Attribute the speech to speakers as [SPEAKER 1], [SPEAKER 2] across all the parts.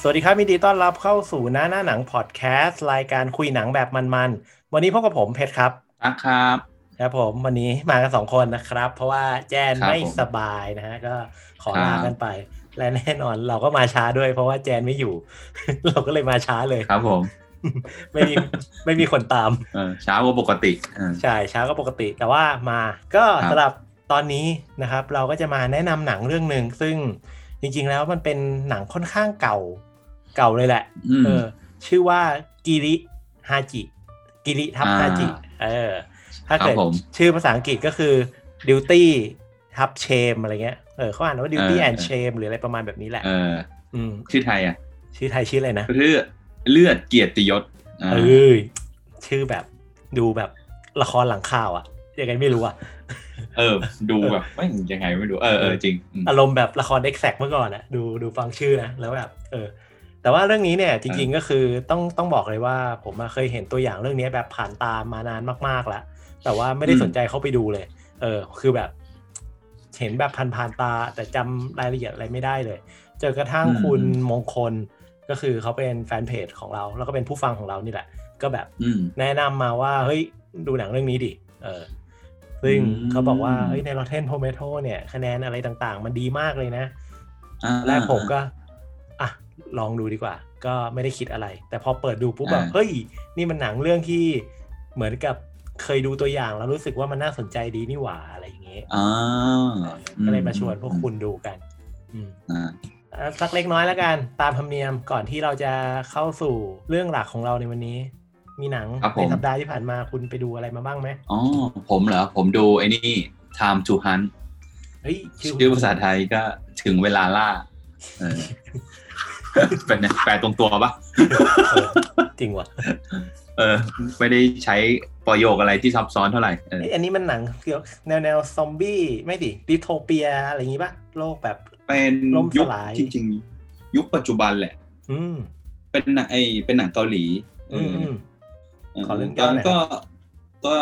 [SPEAKER 1] สวัสดีครับยินดีต้อนรับเข้าสู่หน้าหน้าหนังพอดแคสต์รายการคุยหนังแบบมันๆ วันนี้พบกับผมเพชรครับ
[SPEAKER 2] ตั๊กครับ
[SPEAKER 1] ครับผมวันนี้มากันสองคนนะครับ เพราะว่าแจน
[SPEAKER 2] ครับ
[SPEAKER 1] ไม่
[SPEAKER 2] ผม
[SPEAKER 1] สบายนะฮะก็ขอ
[SPEAKER 2] ครับ
[SPEAKER 1] ลากันไป และแน่นอนเราก็มาช้าด้วย เพราะว่าแจนไม่อยู่ เราก็เลยมาช้าเลย
[SPEAKER 2] ครับผม
[SPEAKER 1] ไม่มีไม่มีคนตาม
[SPEAKER 2] เออเช้ากว่าปกติเออ
[SPEAKER 1] ใช่ช้าก็ปกติแต่ว่ามาก็
[SPEAKER 2] ครับ
[SPEAKER 1] สำหรับตอนนี้นะครับ เราก็จะมาแนะนำหนังเรื่องหนึ่งซึ่งจริงๆแล้วมันเป็นหนังค่อนข้างเก่าเก่าเลยแหละ
[SPEAKER 2] อืม
[SPEAKER 1] เออชื่อว่ากิริฮาจิ กิริทับ
[SPEAKER 2] อ่า
[SPEAKER 1] ฮาจิเออถ้า
[SPEAKER 2] ครับ
[SPEAKER 1] เกิด
[SPEAKER 2] ผม
[SPEAKER 1] ชื่อภาษาอังกฤษก็คือ duty ทับเชมอะไรเงี้ยเออเขาอ่านว่า duty
[SPEAKER 2] เออ
[SPEAKER 1] and shame หรืออะไรประมาณแบบนี้แหละ
[SPEAKER 2] เออ
[SPEAKER 1] อืม
[SPEAKER 2] ชื่อไทยอ่ะ
[SPEAKER 1] ชื่อไทยชื่ออะไรนะ
[SPEAKER 2] เลือดเลือดเกียรติยศอ่า
[SPEAKER 1] เออชื่อแบบดูแบบละครหลังข่าวอะยังไงไม่รู้อะ
[SPEAKER 2] เออ ดูแบบไม่ยังไงไม่รู้เออเออจริงอืม
[SPEAKER 1] อารมณ์แบบละคร e x a c t เมื่อก่อนอะดูดูฟังชื่อนะแล้วแบบเออ แต่ว่าเรื่องนี้เนี่ยจริงๆก็คือต้องต้องบอกเลยว่า ผมอะเคยเห็นตัวอย่างเรื่องนี้แบบผ่านตามมานานมากๆแล้ว แต่ว่าไม่ได้สนใจเข้าไปดูเลย เออ คือแบบ เห็นแบบผ่านๆตา แต่จำรายละเอียดอะไรไม่ได้เลย จนกระทั่งคุณมงคลก็คือเขาเป็นแฟนเพจของเรา แล้วก็เป็นผู้ฟังของเรานี่แหละ ก็แบบ
[SPEAKER 2] อืม
[SPEAKER 1] แนะนำมาว่าเฮ้ยดูหนังเรื่องนี้ดิ เออ ซึ่ง
[SPEAKER 2] อืม
[SPEAKER 1] เขาบอกว่าเฮ้ยใน Rotten Tomato เนี่ยคะแนนอะไรต่างๆ มันดีมากเลยนะ
[SPEAKER 2] อ่า
[SPEAKER 1] แรกผมก็อ่ะลองดูดีกว่า ก็ไม่ได้คิดอะไร แต่พอเปิดดูปุ๊บแบบ
[SPEAKER 2] อ่า
[SPEAKER 1] เฮ้ย นี่มันหนังเรื่องที่เหมือนกับเคยดูตัวอย่างแล้วรู้สึกว่ามันน่าสนใจดีนี่หว่าอะไรอย่างเงี้ย
[SPEAKER 2] อ่า
[SPEAKER 1] ก็เลยมาชวนพวกคุณดูกัน อืม
[SPEAKER 2] อ่า
[SPEAKER 1] อ่ะสักเล็กน้อยแล้วกันตามธรรมเนียมก่อนที่เราจะเข้าสู่เรื่องหลักของเราในวันนี้ มีหนังในสัปดาห์ที่ผ่านมาคุณไปดูอะไรมาบ้างไหม
[SPEAKER 2] อ๋อผมเหรอ ผมดูไอ้นี่ time to hunt
[SPEAKER 1] เฮ้ย
[SPEAKER 2] ชื่อภาษาไทยก็ถึงเวลาล่าเออ เป็นไงแปลตรงตัวปะ
[SPEAKER 1] เออจริงว่ะ
[SPEAKER 2] เออไม่ได้ใช้ประโยคอะไรที่ซับซ้อนเท่าไหร่เออ
[SPEAKER 1] เอ้ยอันนี้มันหนังเกี่ยวแนวแนวซอมบี้ไม่ดิดิโทเปียอะไรอย่างงี้ป่ะโลกแบบ
[SPEAKER 2] เป็น
[SPEAKER 1] ล่ม
[SPEAKER 2] ยุค
[SPEAKER 1] สลาย
[SPEAKER 2] ที่จริงยุคปัจจุบันแหละ
[SPEAKER 1] อืม
[SPEAKER 2] เป็นหนังไอเป็นหนังเกาหลีเอ
[SPEAKER 1] อืม
[SPEAKER 2] อ
[SPEAKER 1] อืม
[SPEAKER 2] เออ
[SPEAKER 1] ขอเรื่อง
[SPEAKER 2] ตอนนั้น
[SPEAKER 1] ย่อหน่
[SPEAKER 2] ก็
[SPEAKER 1] อย
[SPEAKER 2] ก็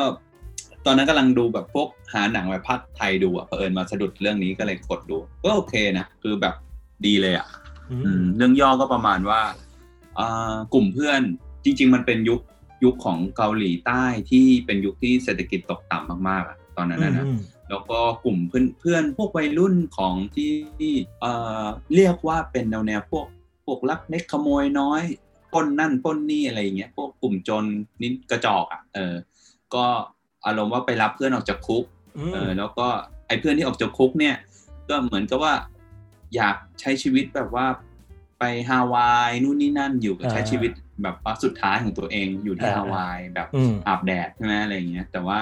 [SPEAKER 2] ตอนนั้นกำลังดูแบบพวกหาหนังแบบภาคไทยดูอ่ะเผอิญมาสะดุดเรื่องนี้ก็เลยกดดู ก็โอเคนะ คือแบบดีเลยอ่ะ
[SPEAKER 1] อื
[SPEAKER 2] อืม
[SPEAKER 1] ม
[SPEAKER 2] เรื่องย่อก็ประมาณว่าอ่ากลุ่มเพื่อนจริง ๆ มันเป็นยุคยุคของเกาหลีใต้ที่เป็นยุคที่เศรษฐกิจตกต่ำมากๆอะตอนนั้นนะนะ
[SPEAKER 1] อืม
[SPEAKER 2] แล้วก็กลุ่มเพื่อนเพื่อนพวกวัยรุ่นของที่เอ่อเรียกว่าเป็นแนวแนวพวกพวกลักเล็กขโมยน้อยปล้นนั่นปล้นนี่อะไรอย่างเงี้ยพวกกลุ่มจนนิดกระจอกอ่ะเออก็อารมณ์ว่าไปรับเพื่อนออกจากคุก
[SPEAKER 1] อืม
[SPEAKER 2] เออแล้วก็ไอ้เพื่อนที่ออกจากคุกเนี่ย ก็เหมือนกับว่า อยากใช้ชีวิตแบบว่าไปฮาวายนู่นนี่นั่นอยู่กับ
[SPEAKER 1] อ่า
[SPEAKER 2] ใช้ชีวิตแบบว่าสุดท้ายของตัวเองอยู่ที่ฮาวายแบบ
[SPEAKER 1] อืม
[SPEAKER 2] อาบแดดใช่ไหมอะไรอย่างเงี้ยแต่ว่า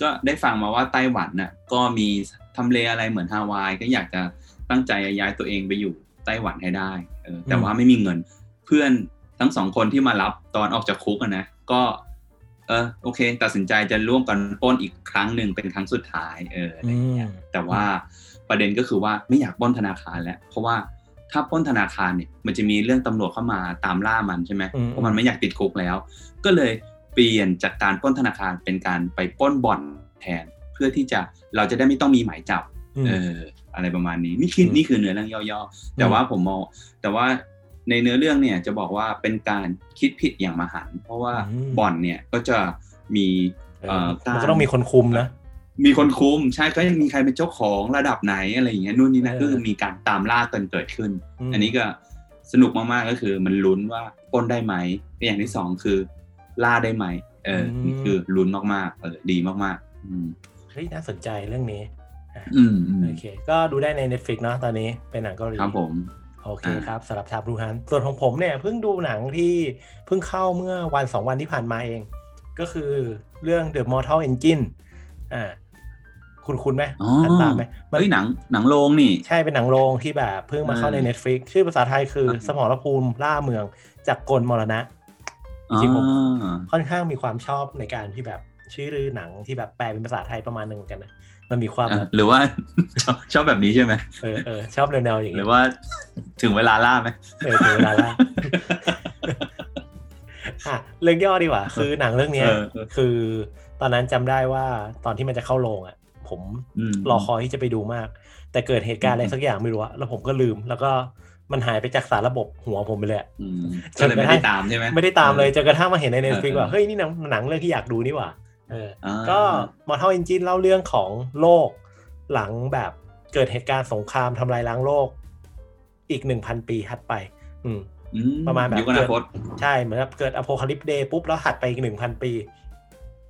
[SPEAKER 2] ก็ได้ฟังมาว่าไต้หวันน่ะก็มีทำเลอะไรเหมือนฮาวาย ก็อยากจะตั้งใจย้ายตัวเองไปอยู่ไต้หวันให้ได้เออแต่
[SPEAKER 1] อืม
[SPEAKER 2] ว่าไม่มีเงินเพื่อนทั้งสองคนที่มารับตอนออกจากคุกอะนะก็เออโอเค ตัดสินใจจะร่วมกันปล้นอีกครั้งหนึ่งเป็นครั้งสุดท้ายเอออะไรอย่างเงี้ย แต่ว่าประเด็นก็คือว่าไม่อยากปล้นธนาคารแล้ว เพราะว่าถ้าปล้นธนาคารเนี่ยมันจะมีเรื่องตำรวจเข้ามาตามล่ามันใช่ไหม
[SPEAKER 1] อืม
[SPEAKER 2] เพราะมันไม่อยากติดคุกแล้ว ก็เลยเปลี่ยนจากการปล้นธนาคารเป็นการไปปล้นบ่อนแทน เพื่อที่จะเราจะได้ไม่ต้องมีหมายจับ
[SPEAKER 1] อืม
[SPEAKER 2] เอออะไรประมาณนี้นี่คือ
[SPEAKER 1] อืม
[SPEAKER 2] นี่คือเนื้อเรื่องย่อๆ แต่ว่าผมมองแต่ว่าในเนื้อเรื่องเนี่ยจะบอกว่าเป็นการคิดผิดอย่างมหันต์เพราะว่า
[SPEAKER 1] อืม
[SPEAKER 2] บ่อนเนี่ยก็จะมี
[SPEAKER 1] เอ
[SPEAKER 2] เอ่
[SPEAKER 1] อมันก็
[SPEAKER 2] อาร
[SPEAKER 1] ต้องมีคนคุมนะ
[SPEAKER 2] มีคนคุมใช่ก็ยังมีใครเป็นเจ้าของระดับไหนอะไรอย่างเงี้ยนู่นนี่นั่น
[SPEAKER 1] เออ
[SPEAKER 2] ก็คือมีการตามล่ากันเกิดขึ้น
[SPEAKER 1] ม
[SPEAKER 2] อันนี้ก็สนุกมากๆก็คือ มันลุ้นว่าปล้นได้ไหมอย่างที่สองคือ ล่าได้ไหมเออนี่คือลุ้นมากๆเออดีมากๆ อืม
[SPEAKER 1] เฮ้ยน่าสนใจเรื่องนี้
[SPEAKER 2] อืมอืม
[SPEAKER 1] โอเค ก็ดูได้ใน Netflix เนาะตอนนี้เป็นหนังเกาหลี
[SPEAKER 2] ครับผม
[SPEAKER 1] โอเค
[SPEAKER 2] อ่า
[SPEAKER 1] ครับสำหรับชาบรูฮัน ส่วนของผมเนี่ยเพิ่งดูหนังที่เพิ่งเข้าเมื่อวันสองวันที่ผ่านมาเอง ก็คือเรื่อง The Mortal Engine อ่า คุณคุณไหม
[SPEAKER 2] อ๋อ
[SPEAKER 1] อ่านตามไหมมัน
[SPEAKER 2] เฮ้ยหนังหนังโรงนี่
[SPEAKER 1] ใช่เป็นหนังโรงที่แบบเพิ่งมาเข้าใน
[SPEAKER 2] อ่า
[SPEAKER 1] Netflix ชื่อภาษาไทยคือ
[SPEAKER 2] ครับ
[SPEAKER 1] สมรภูมิล่าเมืองจากกลมรณะ จ
[SPEAKER 2] อ๋อ
[SPEAKER 1] ริงๆผมค่อนข้างมีความชอบในการที่แบบชื่อหนังที่แบบแปลเป็นภาษาไทยประมาณหนึ่งเหมือนกันนะมันมีความ
[SPEAKER 2] เอ
[SPEAKER 1] แบ
[SPEAKER 2] อบ หรือว่า ชอบชอบแบบนี้ใช่ไหม
[SPEAKER 1] เออเออชอบแนวๆอย่าง
[SPEAKER 2] หรื
[SPEAKER 1] เงี้
[SPEAKER 2] อย ว่าถึงเวลาล่าไหม
[SPEAKER 1] เออถึงเวลาละอ่ะเรื่องย่อดี กว่า คือหนังเรื่องเนี้ย
[SPEAKER 2] เออเออ
[SPEAKER 1] คือตอนนั้นจำได้ว่าตอนที่มันจะเข้าโรงอ่ะ ผม
[SPEAKER 2] ม
[SPEAKER 1] รอคอยที่จะไปดูมาก แต่เกิดเหตุการณ์อะไรสักอย่างไม่รู้อะแล้วผมก็ลืม แล้วก็ มันหายไปจากสารระบบหัวผมไปเลยอะ
[SPEAKER 2] อืม
[SPEAKER 1] จ
[SPEAKER 2] ก็
[SPEAKER 1] น
[SPEAKER 2] เลย
[SPEAKER 1] กระทั่ง
[SPEAKER 2] ไม่ได้ตามใช่ไหม
[SPEAKER 1] ไม่ได้ตามเลยจนกระทั่งมาเห็นในเน็ตฟลิกว่า
[SPEAKER 2] เออ
[SPEAKER 1] เฮ้ยนี่หนังหนังเรื่องที่อยากดูนี่หว่าเออ
[SPEAKER 2] อ่า
[SPEAKER 1] ก็มอร์ทัลเอนจินเล่าเรื่องของโลก หลังแบบเกิดเหตุการณ์สงครามทำลายล้างโลก อีกหนึ่งพันปีถัดไป อืม
[SPEAKER 2] อื
[SPEAKER 1] ประมาณแบบ
[SPEAKER 2] ยุคอนาคต
[SPEAKER 1] เกิดใช่เหมือนแบบเกิดอโพคาลิปเดย์ปุ๊บ แล้วถัดไปอีกหนึ่งพันปี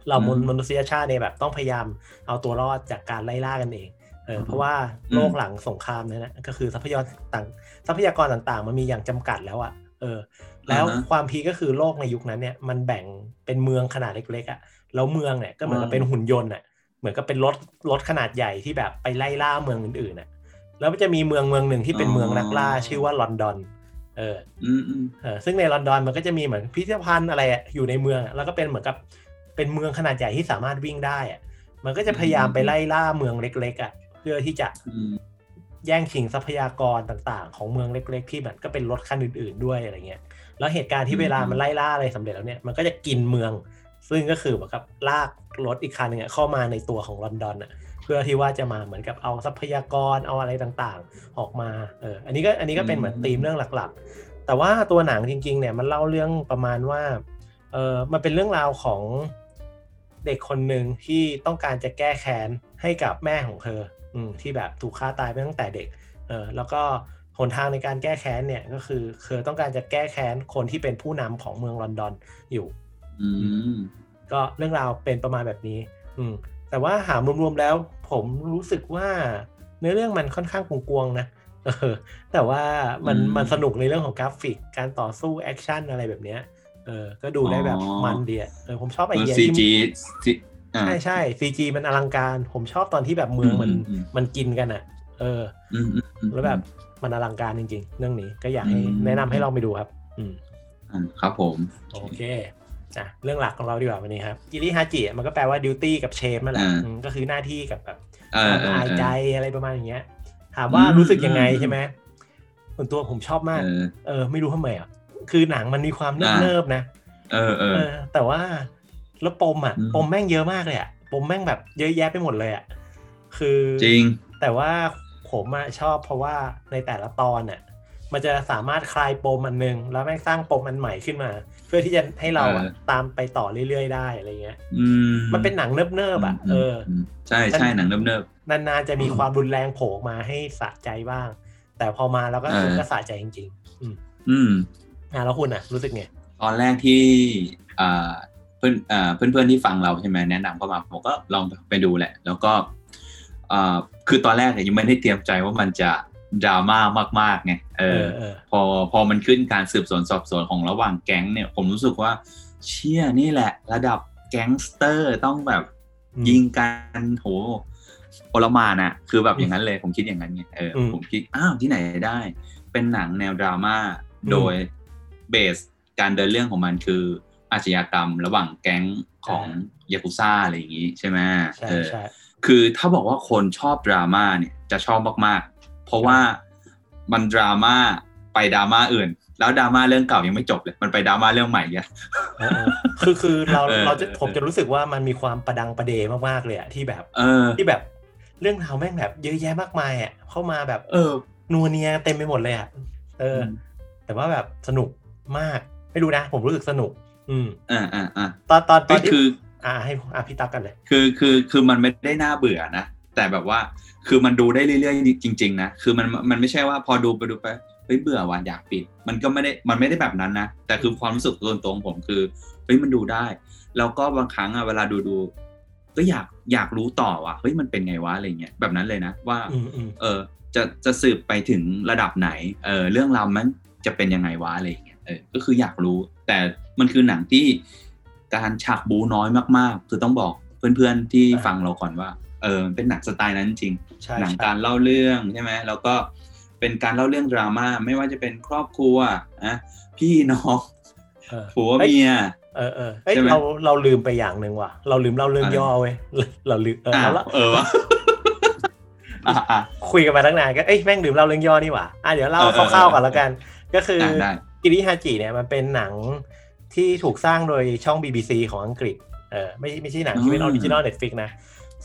[SPEAKER 1] เรามน
[SPEAKER 2] อืม
[SPEAKER 1] มนุษยชาติเนี่ยแบบต้องพยายามเอาตัวรอดจากการไล่ล่ากันเองเออ
[SPEAKER 2] อืม
[SPEAKER 1] เพราะว่า
[SPEAKER 2] อืม
[SPEAKER 1] โลกหลังสงครามเนี่ยนะก็คือทรัพยากรต่างทรัพยากรต่างๆ มันมีอย่างจำกัดแล้วอะ่ะเออ แล้ว
[SPEAKER 2] อ่าฮะ
[SPEAKER 1] ความพีคก็คือโลกในยุคนั้นเนี่ยมันแบ่งเป็นเมืองขนาดเล็กๆอะ่ะแล้วเมืองเนี่ยก็เหมือนกับ
[SPEAKER 2] อ่า
[SPEAKER 1] เป็นหุ่นยนต์อ่ะเหมือนกับเป็นรถรถขนาดใหญ่ที่แบบไปไล่ล่าเมืองอื่นๆอ่ะแล้วมันจะมีเมืองเมืองหนึ่งที่เป็นเมืองนักล่าชื่อว่าลอนดอน เออ
[SPEAKER 2] อืมอืม
[SPEAKER 1] เออซึ่งในลอนดอนมันก็จะมีเหมือนพิพิธภัณฑ์อะไรอะอยู่ในเมืองอะแล้วก็เป็นเหมือนกับเป็นเมืองขนาดใหญ่ที่สามารถวิ่งได้อะมันก็จะพยายามไปไล่ล่าเมืองเล็กๆอ่ะเพื่อที่จะ
[SPEAKER 2] อืม
[SPEAKER 1] แย่งชิงทรัพยากรต่างๆ ของเมืองเล็ก ๆ ที่แบบก็เป็นรถคันอื่น ๆด้วยอะไรเงี้ยแล้วเหตุการณ์ที่เวลามันไล่ล่าอะไรสำเร็จแล้วเนี่ยมันก็จะกินเมือง ซึ่งก็คือเหมือนกับลากรถอีกคันหนึงอะเข้ามาในตัวของลอนดอนอ่ะเพื่อที่ว่าจะมาเหมือนกับเอาทรัพยากรเอาอะไรต่างๆ ออกมาเอออันนี้ก็อันนี้ก็เป็นเหมือนธีมเรื่องหลักๆ แต่ว่าตัวหนังจริงๆเนี่ยมันเล่าเรื่องประมาณว่า เออมันเป็นเรื่องราวของเด็กคนหนึ่งที่ต้องการจะแก้แค้นให้กับแม่ของเธออืมที่แบบถูกฆ่าตายไปตั้งแต่เด็ก เออแล้วก็หนทางในการแก้แค้นเนี่ยก็คือเธอต้องการจะแก้แค้นคนที่เป็นผู้นำของเมืองลอนดอนอยู่
[SPEAKER 2] อืม
[SPEAKER 1] ก็เรื่องราวเป็นประมาณแบบนี้ อืม แต่ว่าหามรวมๆแล้ว ผมรู้สึกว่าเนื้อเรื่องมันค่อนข้างกวงๆนะ เออแต่ว่ามัน
[SPEAKER 2] อืม
[SPEAKER 1] มันสนุกในเรื่องของกราฟิก การต่อสู้แอคชั่นอะไรแบบเนี้ย เออ ก็ดูได้แบบ
[SPEAKER 2] อ๋อ
[SPEAKER 1] มันเดียเออผมชอบไอ
[SPEAKER 2] เออ
[SPEAKER 1] เดีย
[SPEAKER 2] ซี
[SPEAKER 1] ที่
[SPEAKER 2] จีซีอ่า
[SPEAKER 1] ใช่ใช่ซีจีมันอลังการ ผมชอบตอนที่แบบเมืองมัน
[SPEAKER 2] อืม
[SPEAKER 1] มันกินกันอ่ะ เออ
[SPEAKER 2] อืมอืมอืม
[SPEAKER 1] แล้วแบบมันอลังการจริง ๆ เรื่องนี้ก็อยากให้
[SPEAKER 2] อืม
[SPEAKER 1] แนะนำให้ลองไปดูครับ อืม
[SPEAKER 2] อ่าครับผม
[SPEAKER 1] โอเคนะเรื่องหลักของเราดีกว่าวันนี้ครับกิริฮาจิมันก็แปลว่าดิวตี้กับเชฟนั่นแหละ
[SPEAKER 2] อ่า
[SPEAKER 1] อืมก็คือหน้าที่กับแบบ
[SPEAKER 2] เอ
[SPEAKER 1] ค
[SPEAKER 2] อ
[SPEAKER 1] วาม
[SPEAKER 2] เออ
[SPEAKER 1] อาย
[SPEAKER 2] เออ
[SPEAKER 1] ใจอะไรประมาณอย่างเงี้ย ถามว่า
[SPEAKER 2] อืม
[SPEAKER 1] รู้สึกยังไง
[SPEAKER 2] อืม
[SPEAKER 1] ใช่ไหมส่วนตัวผมชอบมาก
[SPEAKER 2] เออ
[SPEAKER 1] เออ ไม่รู้ทำไมอ่ะคือหนังมันมีความเนิบ
[SPEAKER 2] อ่า
[SPEAKER 1] เนิบๆนะ
[SPEAKER 2] เออเออ
[SPEAKER 1] เออ แต่ว่าแล้วปมอ่ะ
[SPEAKER 2] อืม
[SPEAKER 1] ปมแม่งเยอะมากเลยอ่ะปมแม่งแบบเยอะแยะไปหมดเลยอ่ะคือ
[SPEAKER 2] จริง
[SPEAKER 1] แต่ว่าผมอะชอบเพราะว่าในแต่ละตอนน่ะมันจะสามารถคลายปมอันหนึง แล้วแม่งสร้างปมอันใหม่ขึ้นมา เพื่อที่จะให้เราอะ
[SPEAKER 2] เออ
[SPEAKER 1] ตามไปต่อเรื่อยๆได้อะไรเงี้ย
[SPEAKER 2] อืม
[SPEAKER 1] มันเป็นหนังเนิบๆอ่ะเออ
[SPEAKER 2] มใช่ใช่หนังเนิบเนิบ
[SPEAKER 1] นานๆจะมีความรุนแรงโผล่ออกมาให้สะใจบ้าง แต่พอมาแล้วก็
[SPEAKER 2] เออ
[SPEAKER 1] ก็สะใจจริง
[SPEAKER 2] ๆอืม
[SPEAKER 1] ๆอ่ะแล้วคุณอ่ะรู้สึกไง
[SPEAKER 2] ตอนแรกที่อ่าเพื่อนอ่าเพื่อนๆที่ฟังเราใช่ไหมแนะนำเข้ามาผมก็ลองไปดูแหละ แล้วก็อ่าคือตอนแรกเนี่ยยังไม่ได้เตรียมใจว่ามันจะดราม่ามากๆไงเอ
[SPEAKER 1] เอ
[SPEAKER 2] อ
[SPEAKER 1] อเออ
[SPEAKER 2] พอพอมันขึ้นการสืบสวนสอบสวนของระหว่างแก๊งเนี่ย ผมรู้สึกว่าเชี่ยนี่แหละ ระดับแก๊งสเตอร์ต้องแบบ
[SPEAKER 1] อืม
[SPEAKER 2] ยิงกันโหโอลหมานอะคือแบบอย่างนั้นเลย ผมคิดอย่างนั้นไงเอออ
[SPEAKER 1] ม
[SPEAKER 2] ผมคิดอ้าวที่ไหนได้ เป็นหนังแนวดราม่า
[SPEAKER 1] อืม
[SPEAKER 2] โดยเบสการเดินเรื่องของมันคืออาชญากรรมระหว่างแก๊งของ
[SPEAKER 1] อ่
[SPEAKER 2] ยากุซ่าอะไรอย่างนี้ใช่ไหม
[SPEAKER 1] ใช่
[SPEAKER 2] เออ
[SPEAKER 1] ใช่
[SPEAKER 2] คือถ้าบอกว่าคนชอบดราม่าเนี่ยจะชอบมากๆ เพราะว่ามันดราม่าไปดราม่าอื่น แล้วดราม่าเรื่องเก่ายังไม่จบเลย มันไปดราม่าเรื่องใหม่อ่ะ
[SPEAKER 1] เออคือคือเรา
[SPEAKER 2] เออ
[SPEAKER 1] เราจะ
[SPEAKER 2] เออ
[SPEAKER 1] ผมจะรู้สึกว่ามันมีความประดังประเดมากๆเลยอะที่แบบ
[SPEAKER 2] เออ
[SPEAKER 1] ที่แบบเรื่องราวแม่งแบบเยอะแยะมากมายอ่ะเข้ามาแบบ
[SPEAKER 2] เออ
[SPEAKER 1] นัวเนียเต็มไปหมดเลยอ่ะเอออ
[SPEAKER 2] ม
[SPEAKER 1] แต่ว่าแบบสนุกมากไม่รู้นะ ผมรู้สึกสนุก อืม
[SPEAKER 2] อ่าอ่าอ่า
[SPEAKER 1] ตอนตอนต
[SPEAKER 2] ก็
[SPEAKER 1] อนที่
[SPEAKER 2] คือ
[SPEAKER 1] อ่าให้อ่าพี่ตั๊กกันเลย
[SPEAKER 2] คือคือคือมันไม่ได้น่าเบื่อนะ แต่แบบว่าคือมันดูได้เรื่อยๆจริง ๆ นะ คือมันมันไม่ใช่ว่าพอดูไปดูไปเฮ้ยเบื่อว่ะอยากปิด มันก็ไม่ได้มันไม่ได้แบบนั้นนะ แต่คือความรู้สึกส่วนตัวของผมคือเฮ้ยมันดูได้ แล้วก็บางครั้งอะเวลาดูดูๆก็อยากอยากรู้ต่อว่ะเฮ้ยมันเป็นไงวะอะไรเงี้ยแบบนั้นเลยนะว่า
[SPEAKER 1] อืมอืม
[SPEAKER 2] เออจะจะสืบไปถึงระดับไหนเออเรื่องราวมันจะเป็นยังไงวะอะไรอย่างเงี้ยเออก็คืออยากรู้ แต่มันคือหนังที่การฉากบูน้อยมากๆ คือต้องบอกเพื่อนๆที่ฟังเราก่อนว่าเออมันเป็นหนังสไตล์นั้นจริง
[SPEAKER 1] ใช่
[SPEAKER 2] หนัง
[SPEAKER 1] ใช่
[SPEAKER 2] การเล่าเรื่องใช่ไหมแล้วก็เป็นการเล่าเรื่องดราม่าไม่ว่าจะเป็นครอบครัวนะพี่น้อง
[SPEAKER 1] เออ
[SPEAKER 2] ผัวเมีย
[SPEAKER 1] เออเออเอ้ย
[SPEAKER 2] ใช่ไหม
[SPEAKER 1] เราเราลืมไปอย่างหนึ่งว่ะเราลืมเล่าเรื่องย่อเว้ยเราลืมเออ
[SPEAKER 2] อ้าว
[SPEAKER 1] เราละ
[SPEAKER 2] เออ วะ อ่ะอ่ะ
[SPEAKER 1] คุยกันมาตั้งนานก็เอ้ยแม่งลืมเล่าเรื่องย่อนี่หว่าอ่ะเดี๋ยวเล่า
[SPEAKER 2] เออเออ
[SPEAKER 1] คร่าวๆ
[SPEAKER 2] เออ
[SPEAKER 1] ก่อนแล้วกัน ก็คือ
[SPEAKER 2] อ่ะได้
[SPEAKER 1] กิริฮาจิเนี่ยมันเป็นหนังที่ถูกสร้างโดยช่อง BBC ของอังกฤษ เออไม่ไม่ใช่หนังที่เป็นอ
[SPEAKER 2] อืม
[SPEAKER 1] อริจินอลเน็ตฟิกนะ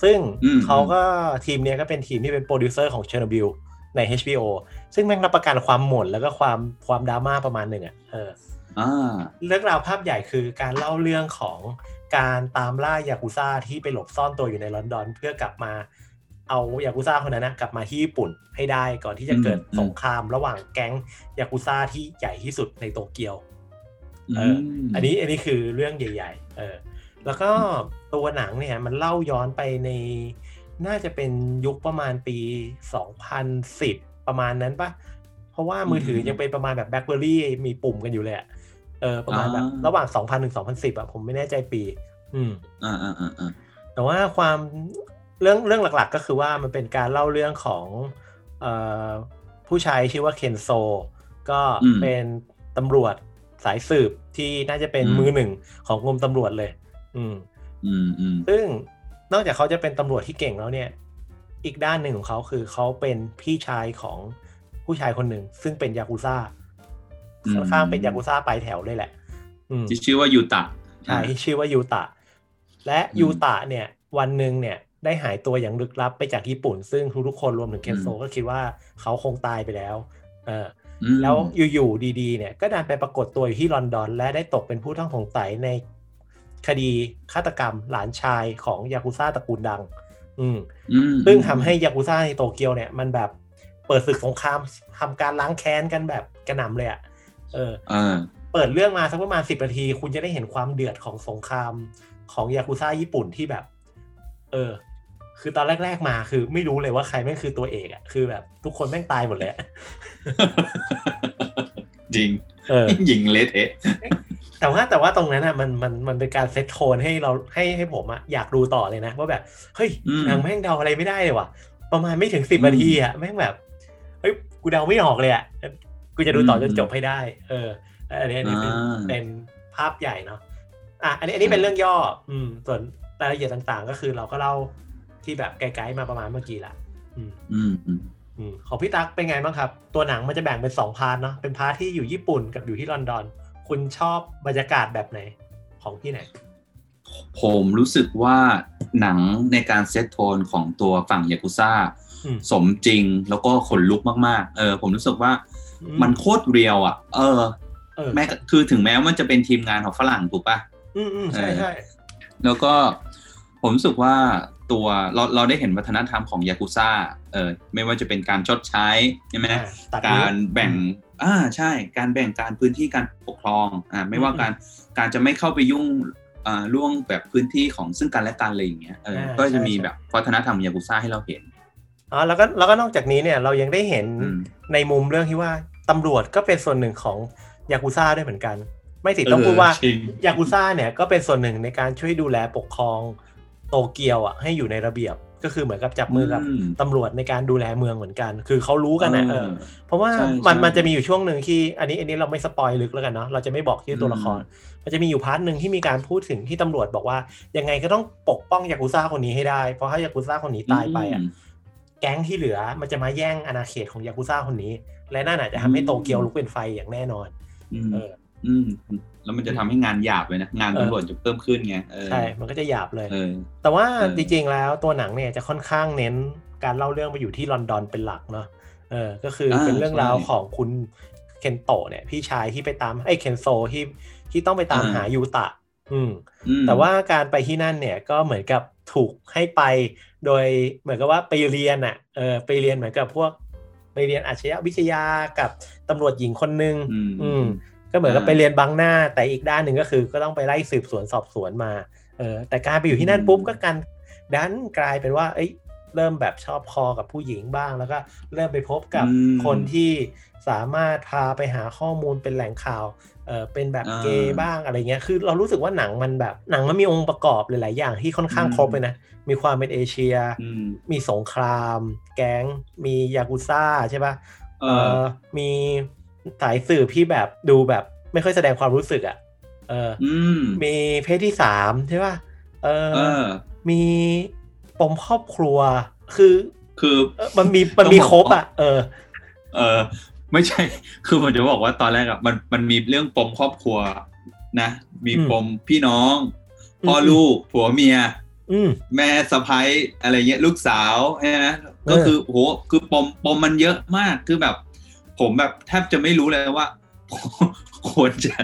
[SPEAKER 1] ซึ่ง
[SPEAKER 2] อืม
[SPEAKER 1] เขาก็ทีมเนี้ยก็เป็นทีมที่เป็นโปรดิวเซอร์ของเชอร์โนบิล ใน HBO ซึ่งแม่งรับประกันความหม่นแล้วก็ความความดราม่าประมาณหนึ่งอ่ะเออ
[SPEAKER 2] อ่า
[SPEAKER 1] เรื่องราวภาพใหญ่คือการเล่าเรื่องของการตามล่ายากุซ่าที่ไปหลบซ่อนตัวอยู่ในลอนดอน เพื่อกลับมาเอายากุซ่าคนนั้นนะกลับมาที่ญี่ปุ่นให้ได้ก่อนที่จะเกิดสงครามระหว่างแก๊งยากุซ่าที่ใหญ่ที่สุดในโตเกียว เออ
[SPEAKER 2] ม
[SPEAKER 1] อันนี้อันนี้คือเรื่องใหญ่ ๆ เออ แล้วก็ตัวหนังเนี่ยมันเล่าย้อนไปในน่าจะเป็นยุคประมาณปี 2010 ประมาณนั้นปะเพราะว่ามือถือยังเป็นประมาณแบบแบล็คเบอรี่มีปุ่มกันอยู่เลยอะเออประมาณแบบระหว่าง 2000ถึง2010อะผมไม่แน่ใจปี อืม
[SPEAKER 2] อ่าอ่าอ่าอ่า
[SPEAKER 1] แต่ว่าความเรื่องเรื่องหลักๆ ก็คือว่ามันเป็นการเล่าเรื่องของเออผู้ชายชื่อว่าเคนโซ ก็เป็นตำรวจสายสืบที่น่าจะเป็นมือหนึ่งของกรมตำรวจเลย อืม
[SPEAKER 2] อืมอืม
[SPEAKER 1] ซึ่งนอกจากเขาจะเป็นตำรวจที่เก่งแล้วเนี่ย อีกด้านหนึ่งของเขาคือเขาเป็นพี่ชายของผู้ชายคนหนึ่ง ซึ่งเป็นยากุซ่าค่อนข้างเป็นยากุซ่าปลายแถวเลยแหละ อืม
[SPEAKER 2] ที่ชื่อว่ายูตะ
[SPEAKER 1] ชายที่ชื่อว่ายูตะ และ
[SPEAKER 2] อืม
[SPEAKER 1] ยูตะเนี่ย วันหนึ่งเนี่ยได้หายตัวอย่างลึกลับไปจากญี่ปุ่น ซึ่งทุกๆคนรวมถึงเคนโซ
[SPEAKER 2] อืม
[SPEAKER 1] ก็คิดว่าเขาคงตายไปแล้วเออ
[SPEAKER 2] อืม
[SPEAKER 1] แล้วอยู่ๆดีๆ เนี่ย ก็ดันไปปรากฏตัวอยู่ที่ลอนดอน และได้ตกเป็นผู้ต้องสงสัยในคดีฆาตกรรมหลานชายของยากุซ่าตระกูลดัง อืม
[SPEAKER 2] อืม
[SPEAKER 1] ซึ่งทำให้ยากุซ่าในโตเกียวเนี่ย มันแบบเปิดศึกสงครามทำการล้างแค้นกันแบบกระหน่ำเลยอะเออ
[SPEAKER 2] เออ
[SPEAKER 1] เปิดเรื่องมาสักประมาณสิบนาที คุณจะได้เห็นความเดือดของสงครามของยากุซ่าญี่ปุ่นที่แบบ เออ คือตอนแรก ๆ มาคือไม่รู้เลยว่าใครแม่งคือตัวเอกอะคือแบบ ทุกคนแม่งตายหมดเลยอะ
[SPEAKER 2] จริง
[SPEAKER 1] เออ
[SPEAKER 2] หญิงเละเทะ
[SPEAKER 1] แต่ว่าแต่ว่าตรงนั้นอะมันมันมันเป็นการเซตโทนให้เราให้ให้ผมอะอยากดูต่อเลยนะว่าแบบเฮ้ยหนังแม่งเดาอะไรไม่ได้เลยว่ะ ประมาณไม่ถึงสิบนาทีอะแม่งแบบเฮ้ยกูเดาไม่ออกเลยอะกูจะดูต่อจนจบให้ได้ เอออันนี้อันนี้เป็น
[SPEAKER 2] อ่า
[SPEAKER 1] เป็นภาพใหญ่เนาะ อ่ะ อันนี้ อันนี้เป็นเรื่องย่อ อืม ส่วนรายละเอียดต่างๆ ก็คือเราก็เล่าที่แบบไกลๆมาประมาณเมื่อกี้ละ อืม
[SPEAKER 2] อืมอืม
[SPEAKER 1] อืม ของพี่ตั๊กเป็นไงบ้างครับ ตัวหนังมันจะแบ่งเป็นสองพาร์ทเนาะ เป็นพาร์ทที่อยู่ญี่ปุ่นกับอยู่ที่ลอนดอน คุณชอบบรรยากาศแบบไหน ของที่ไหน
[SPEAKER 2] ผมรู้สึกว่าหนังในการเซตโทนของตัวฝั่งยากุซ่า
[SPEAKER 1] อืม
[SPEAKER 2] สมจริงแล้วก็ขนลุกมากๆ เออ ผมรู้สึกว่ามันโคตรเรียวอ่ะ เออ
[SPEAKER 1] เออ
[SPEAKER 2] แม้กระคือถึงแม้ว่ามันจะเป็นทีมงานของฝรั่งถูกปะ
[SPEAKER 1] อืมอืมใช่ใช่
[SPEAKER 2] แล้วก็ผมรู้สึกว่าตัวเราเราได้เห็นวัฒนธรรมของยากุซ่า เออไม่ว่าจะเป็นการชดใช้ใช่ไหม
[SPEAKER 1] อ่ะตัด
[SPEAKER 2] กา
[SPEAKER 1] นิ้ว
[SPEAKER 2] รแบ่ง อ่า ใช่ การแบ่งการพื้นที่การปกครอง อ่า ไม่ว่า
[SPEAKER 1] อืม
[SPEAKER 2] การ การจะไม่เข้าไปยุ่ง อ่า ล่วงแบบพื้นที่ของซึ่งกันและกันอะไรอย่างเงี้ย เออ
[SPEAKER 1] อ่า
[SPEAKER 2] ก็จะมี
[SPEAKER 1] ใช่ใช่
[SPEAKER 2] แบบวัฒนธรรมยากุซ่าให้เราเห็น
[SPEAKER 1] อ๋อ แล้วก็แล้วก็นอกจากนี้เนี่ยเรายังได้เห็น
[SPEAKER 2] อืม
[SPEAKER 1] ในมุมเรื่องที่ว่าตำรวจก็เป็นส่วนหนึ่งของยากุซ่าด้วยเหมือนกัน ไม่สิต้อง
[SPEAKER 2] เออ
[SPEAKER 1] พูดว่า
[SPEAKER 2] จริง
[SPEAKER 1] ยากุซ่าเนี่ยก็เป็นส่วนหนึ่งในการช่วยดูแลปกครองโตเกียวอ่ะให้อยู่ในระเบียบก็คือเหมือนกับจับมือกับตำรวจในการดูแลเมืองเหมือนกัน คือเขารู้กันนะเออ เพราะว่า
[SPEAKER 2] ใช่
[SPEAKER 1] มัน
[SPEAKER 2] ใช่
[SPEAKER 1] มันจะมีอยู่ช่วงหนึ่งที่อันนี้อันนี้เราไม่สปอยลึกแล้วกันเนาะเราจะไม่บอกชื่อตัวละคร มันจะมีอยู่พาร์ทหนึ่งที่มีการพูดถึงที่ตำรวจบอกว่า ยังไงก็ต้องปกป้องยากุซ่าคนนี้ให้ได้ เพราะถ้ายากุซ่าคนนี้ตายไปอ่ะ
[SPEAKER 2] อืม
[SPEAKER 1] แก๊งที่เหลือมันจะมาแย่งอาณาเขตของยากุซ่าคนนี้ และนั่นอาจจะทำให้
[SPEAKER 2] อืม
[SPEAKER 1] โตเกียวลุกเป็นไฟอย่างแน่นอน
[SPEAKER 2] อืม
[SPEAKER 1] เออ
[SPEAKER 2] อืมแล้วมันจะทำให้งานหยาบเลยนะ งานตำรวจจะเพิ่มขึ้นไง เออ
[SPEAKER 1] ใช่ มันก็จะหยาบเลย
[SPEAKER 2] เออ
[SPEAKER 1] แต่ว่า
[SPEAKER 2] เออ
[SPEAKER 1] จริงๆแล้วตัวหนังเนี่ยจะค่อนข้างเน้นการเล่าเรื่องไปอยู่ที่ลอนดอนเป็นหลักเนาะ เออ ก็คืออา เป็นเรื่องราว
[SPEAKER 2] ใช่
[SPEAKER 1] ของคุณเคนโตะเนี่ย พี่ชายที่ไปตามไอ้ยเคนโซที่ที่ต้องไปตาม
[SPEAKER 2] อ่า
[SPEAKER 1] หายูตะ อืม
[SPEAKER 2] อืม
[SPEAKER 1] แต่ว่าการไปที่นั่นเนี่ยก็เหมือนกับถูกให้ไปโดยเหมือนกับว่าไปเรียนอ่ะ เออ ไปเรียนเหมือนกับพวกไปเรียนอาชญาวิทยากับตำรวจหญิงคนหนึ่ง
[SPEAKER 2] อืม
[SPEAKER 1] อืม ก็เหมือนกับ
[SPEAKER 2] อ่า
[SPEAKER 1] ไปเรียนบังหน้า แต่อีกด้านหนึ่งก็คือก็ต้องไปไล่สืบสวนสอบสวนมา เออ แต่การไปอยู่ที่นั่น
[SPEAKER 2] อืม
[SPEAKER 1] ปุ๊บก็การดันกลายเป็นว่า เอ้ย เริ่มแบบชอบคอกับผู้หญิงบ้าง แล้วก็เริ่มไปพบกับคนที่สามารถพาไปหาข้อมูลเป็นแหล่งข่าว เออเป็นแบบเกย์บ้างอะไรเงี้ย คือเรารู้สึกว่าหนังมันแบบหนังมันมีองค์ประกอบหลาย ๆ อย่างที่ค่อนข้างครบเลยนะ มีความเป็นเอเชีย
[SPEAKER 2] อืม
[SPEAKER 1] มีสงคราม แก๊ง มียากุซ่าใช่ปะ
[SPEAKER 2] เอ
[SPEAKER 1] เอ
[SPEAKER 2] อ
[SPEAKER 1] อมีสายสืบที่แบบดูแบบไม่ค่อยแสดงความรู้สึกอ่ะ เอออ
[SPEAKER 2] อืม
[SPEAKER 1] มีเพศที่สามใช่ป่ะ เออ
[SPEAKER 2] เออ
[SPEAKER 1] มีปมครอบครัว คือ
[SPEAKER 2] คือ
[SPEAKER 1] เออมัน มีมันมีครบอ่ะ เออ
[SPEAKER 2] เออไม่ใช่ คือผมจะบอกว่าตอนแรกอะมันมันมีเรื่องปมครอบครัวนะ มี
[SPEAKER 1] อืม
[SPEAKER 2] ปมพี่น้อง พ่ออ
[SPEAKER 1] ม
[SPEAKER 2] ลูกผัวเมีย
[SPEAKER 1] อืม
[SPEAKER 2] แม่สะพ้ายอะไรเงี้ยลูกสาวใช่ไหมก็คือโหคือปมปมมันเยอะมากคือแบบ ผมแบบแทบจะไม่รู้เลยว่า ควรจะ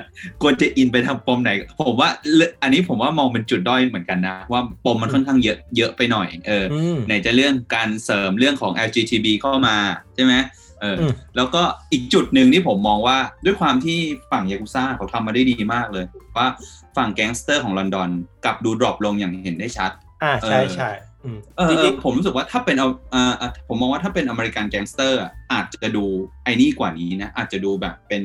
[SPEAKER 2] ควรจะอินไปทางปมไหน ผมว่าเรื่องอันนี้ผมว่ามองเป็นจุดด้อยเหมือนกันนะ ว่าปมมันค่อนข้างเยอะเยอะไปหน่อยเออ
[SPEAKER 1] อืม
[SPEAKER 2] ไหนจะเรื่องการเสริมเรื่องของ LGTB เข้ามาใช่ไหมเอออ
[SPEAKER 1] ม
[SPEAKER 2] แล้วก็อีกจุดหนึ่งที่ผมมองว่าด้วยความที่ฝั่งยากุซ่าเขาทำมาได้ดีมากเลย ว่าฝั่งแก๊งสเตอร์ของลอนดอนกลับดูดรอปลงอย่างเห็นได้ชัด
[SPEAKER 1] อ่าใช่ใช่อืม
[SPEAKER 2] เออ
[SPEAKER 1] จริง
[SPEAKER 2] ผมรู้สึกว่าถ้าเป็นเอาเอ่ออ่ะผมมองว่าถ้าเป็นอเมริกันแก๊งสเตอร์อ่ะอาจจะดูไอ้นี่กว่านี้นะ อาจจะดูแบบเป็น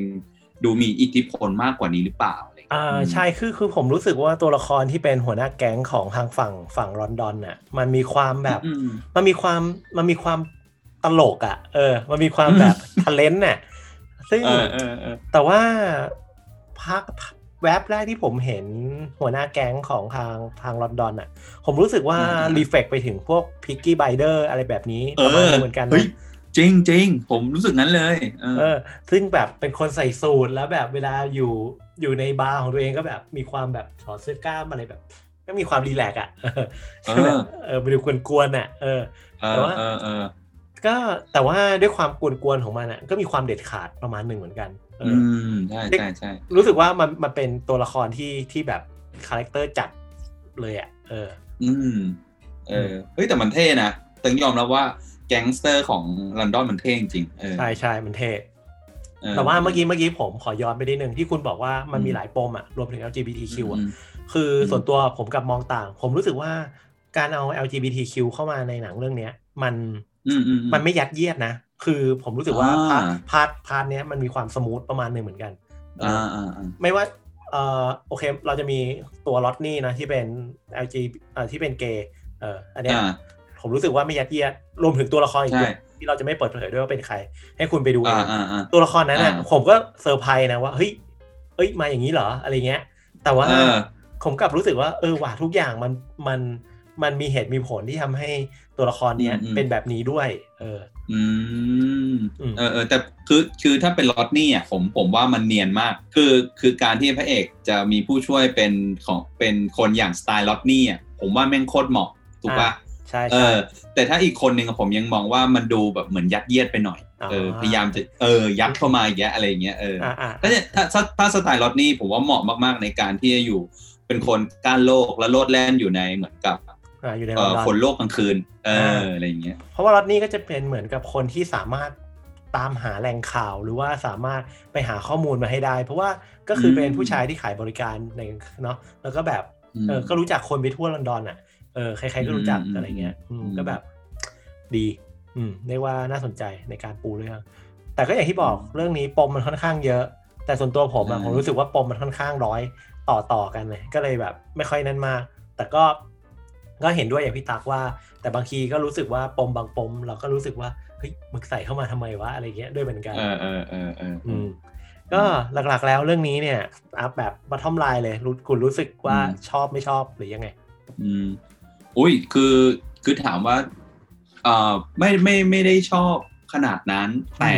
[SPEAKER 2] ดูมีอิทธิพลมากกว่านี้หรือเปล่าอะไรย่ง
[SPEAKER 1] ๆ
[SPEAKER 2] เงี้
[SPEAKER 1] อ่าย ใช่คือคือผมรู้สึกว่าตัวละครที่เป็นหัวหน้าแก๊งของทางฝั่งฝั่งลอนดอนน่ะมันมีความแบบ
[SPEAKER 2] อืม
[SPEAKER 1] มันมีความมันมีความตลกอะ่ะ เออ มันมีความแบบทะเลนน่ะซึ่ง
[SPEAKER 2] เออเออเออ
[SPEAKER 1] แต่ว่าพักแวบแรกที่ผมเห็นหัวหน้าแก๊งของทางทางลอนดอนอ่ะ ผมรู้สึกว่า
[SPEAKER 2] อืม
[SPEAKER 1] รีเฟกไปถึงพวกพิกกี้ไบเดอร์อะไรแบบนี้ป
[SPEAKER 2] เอ
[SPEAKER 1] ระมาณ
[SPEAKER 2] อ
[SPEAKER 1] นึงเหมือนกันนะ
[SPEAKER 2] เฮ้ยจริงจริงผมรู้สึกนั้นเลยเออ
[SPEAKER 1] เออซึ่งแบบเป็นคนใส่สูทแล้วแบบเวลาอยู่อยู่ในบาร์ของตัวเองก็แบบมีความแบบถอดเสื้อกล้ามอะไรแบบ ก็มีความรีแลกซ์อ่ะ
[SPEAKER 2] เออ
[SPEAKER 1] แบบ เออไปดูกวนๆอ่ะเออ
[SPEAKER 2] เอ
[SPEAKER 1] แต่
[SPEAKER 2] อ
[SPEAKER 1] ว่า
[SPEAKER 2] เออเออ
[SPEAKER 1] ก็แต่ว่าด้วยความกวนๆของมันอ่ะก็มีความเด็ดขาดประมาณหนึ่งเหมือนกันเออ
[SPEAKER 2] อื
[SPEAKER 1] อ
[SPEAKER 2] มใช่ใช่ใช่
[SPEAKER 1] รู้สึกว่ามันมันเป็นตัวละครที่ที่แบบคาแรคเตอร์จัดเลยอ่ะเออ
[SPEAKER 2] อืมเออเฮ้ยแต่มันเท่นะต้องยอมรับว่าแก๊งสเตอร์ของลอนดอนมันเท่จริงๆเออ
[SPEAKER 1] ใช่ใช่มันเท่
[SPEAKER 2] เ
[SPEAKER 1] แต่ว่าเมื่อกี้เมื่อกี้ผมขอย้อนไปนิดนึงที่คุณบอกว่ามันมีหลายปมอ่ะรวมถึง LGBTQ อ่ะ
[SPEAKER 2] อืม
[SPEAKER 1] คือ
[SPEAKER 2] อืม
[SPEAKER 1] ส่วนตัวผมกลับมองต่าง ผมรู้สึกว่าการเอา LGBTQ เข้ามาในหนังเรื่องเนี้ย มัน
[SPEAKER 2] อืมอืม
[SPEAKER 1] มันไม่ยัดเยียดนะ คือผมรู้สึกว่า
[SPEAKER 2] อ่า
[SPEAKER 1] พาร์ทพาร์ทเนี้ยมันมีความสมูทประมาณหนึ่งเหมือนกัน
[SPEAKER 2] อ่าอ่าอ่า
[SPEAKER 1] ไม่ว่าเอ่อโอเค เราจะมีตัวล็อตนี่นะที่เป็น LG เอ่อที่เป็นเกย์เอ่ออันเนี้ย
[SPEAKER 2] อ่า
[SPEAKER 1] ผมรู้สึกว่าไม่ยัดเยียดรวมถึงตัวละครอีกตั
[SPEAKER 2] ใช่
[SPEAKER 1] วที่เราจะไม่เปิดเผยด้วยว่าเป็นใคร ให้คุณไปดูเอ
[SPEAKER 2] อ่าง อ่าอ่า
[SPEAKER 1] ตัวละครนั้นน่ะ
[SPEAKER 2] อ่า
[SPEAKER 1] ผมก็เซอร์ไพรส์นะว่าเฮ้ยเอ้ยมาอย่างนี้เหรออะไรเงี้ย แต่ว่า
[SPEAKER 2] เออ
[SPEAKER 1] ผมกลับรู้สึกว่าเออว่าทุกอย่างมันมันมันมีเหตุมีผลที่ทำให้ตัวละครเนี้ย
[SPEAKER 2] อืมอืม
[SPEAKER 1] เป็นแบบนี้ด้วย เออ
[SPEAKER 2] อืม
[SPEAKER 1] อืม
[SPEAKER 2] เออเออแต่คือคือถ้าเป็นล็อตนี่อ่ะผมผมว่ามันเนียนมาก คือคือการที่พระเอกจะมีผู้ช่วยเป็นของเป็นคนอย่างสไตล์ล็อตนี่อ่ะผมว่าแม่งโคตรเหมาะถูกปะ
[SPEAKER 1] ใช่
[SPEAKER 2] เอ
[SPEAKER 1] ใช่
[SPEAKER 2] อ แต่ถ้าอีกคนหนึ่งอะผมยังมองว่ามันดูแบบเหมือนยัดเยียดไปหน่อย
[SPEAKER 1] อ่า
[SPEAKER 2] เออพยายามจะเออยัดเข้ามาอย่างเงี้ยอะไรอย่างเงี้ยเอออ
[SPEAKER 1] อ่าอ่า
[SPEAKER 2] ถ้าเนี่ยถ้าถ้าถ้าสไตล์ล็อตนี่ผมว่าเหมาะมากๆในการที่จะอยู่เป็นคนก้านโลกและโลดแล่นอยู่ในเหมือนกับ
[SPEAKER 1] อ่าอยู่ในล
[SPEAKER 2] เอ่
[SPEAKER 1] อน
[SPEAKER 2] อ
[SPEAKER 1] ดอ
[SPEAKER 2] คน
[SPEAKER 1] น
[SPEAKER 2] โลกกลางคืนเออ
[SPEAKER 1] อ่า
[SPEAKER 2] อะไรอย่างเงี้ย
[SPEAKER 1] เพราะว่าล็อตนี้ก็จะเป็นเหมือนกับคนที่สามารถตามหาแหล่งข่าวหรือว่าสามารถไปหาข้อมูลมาให้ได้ เพราะว่าก็คือเป็น
[SPEAKER 2] อืม
[SPEAKER 1] ผู้ชายที่ขายบริการในเนาะแล้วก็แบบ
[SPEAKER 2] ม
[SPEAKER 1] เออ ก็รู้จักคนไปทั่วลอนดอนอ่ะ เออ ใครๆ ก็รู้จัก
[SPEAKER 2] อืม
[SPEAKER 1] อะไรเงี้ย อืม
[SPEAKER 2] อืม
[SPEAKER 1] ก็แบบ ดี อืมเรียกว่าน่าสนใจในการปูเรื่อง แต่ก็อย่างที่บอกเรื่องนี้ปมมันค่อนข้างเยอะ แต่ส่วนตัวผมอะ
[SPEAKER 2] ใช่
[SPEAKER 1] ผมรู้สึกว่าปมมันค่อนข้างร้อยต่อต่อกันเลย ก็เลยแบบ ไม่ค่อยนั่นมาก แต่ก็ ก็เห็นด้วยอย่างพี่ตักว่า แต่บางทีก็รู้สึกว่าปมบางปม เราก็รู้สึกว่า เฮ้ย มึกใส่เข้ามาทำไมวะ อะไรเงี้ย ด้วยเหมือนกัน
[SPEAKER 2] เออเออเออเอออ
[SPEAKER 1] อืมก็หลักๆแล้วเรื่องนี้เนี่ยอัพแบบบัตทอมไลน์เลยรู้คุณรู้สึกว่า
[SPEAKER 2] อืม
[SPEAKER 1] ชอบไม่ชอบหรือยังไง
[SPEAKER 2] อืมอุ้ยคือคือถามว่าเอ่อไม่ไม่ไม่ได้ชอบขนาดนั้น แต่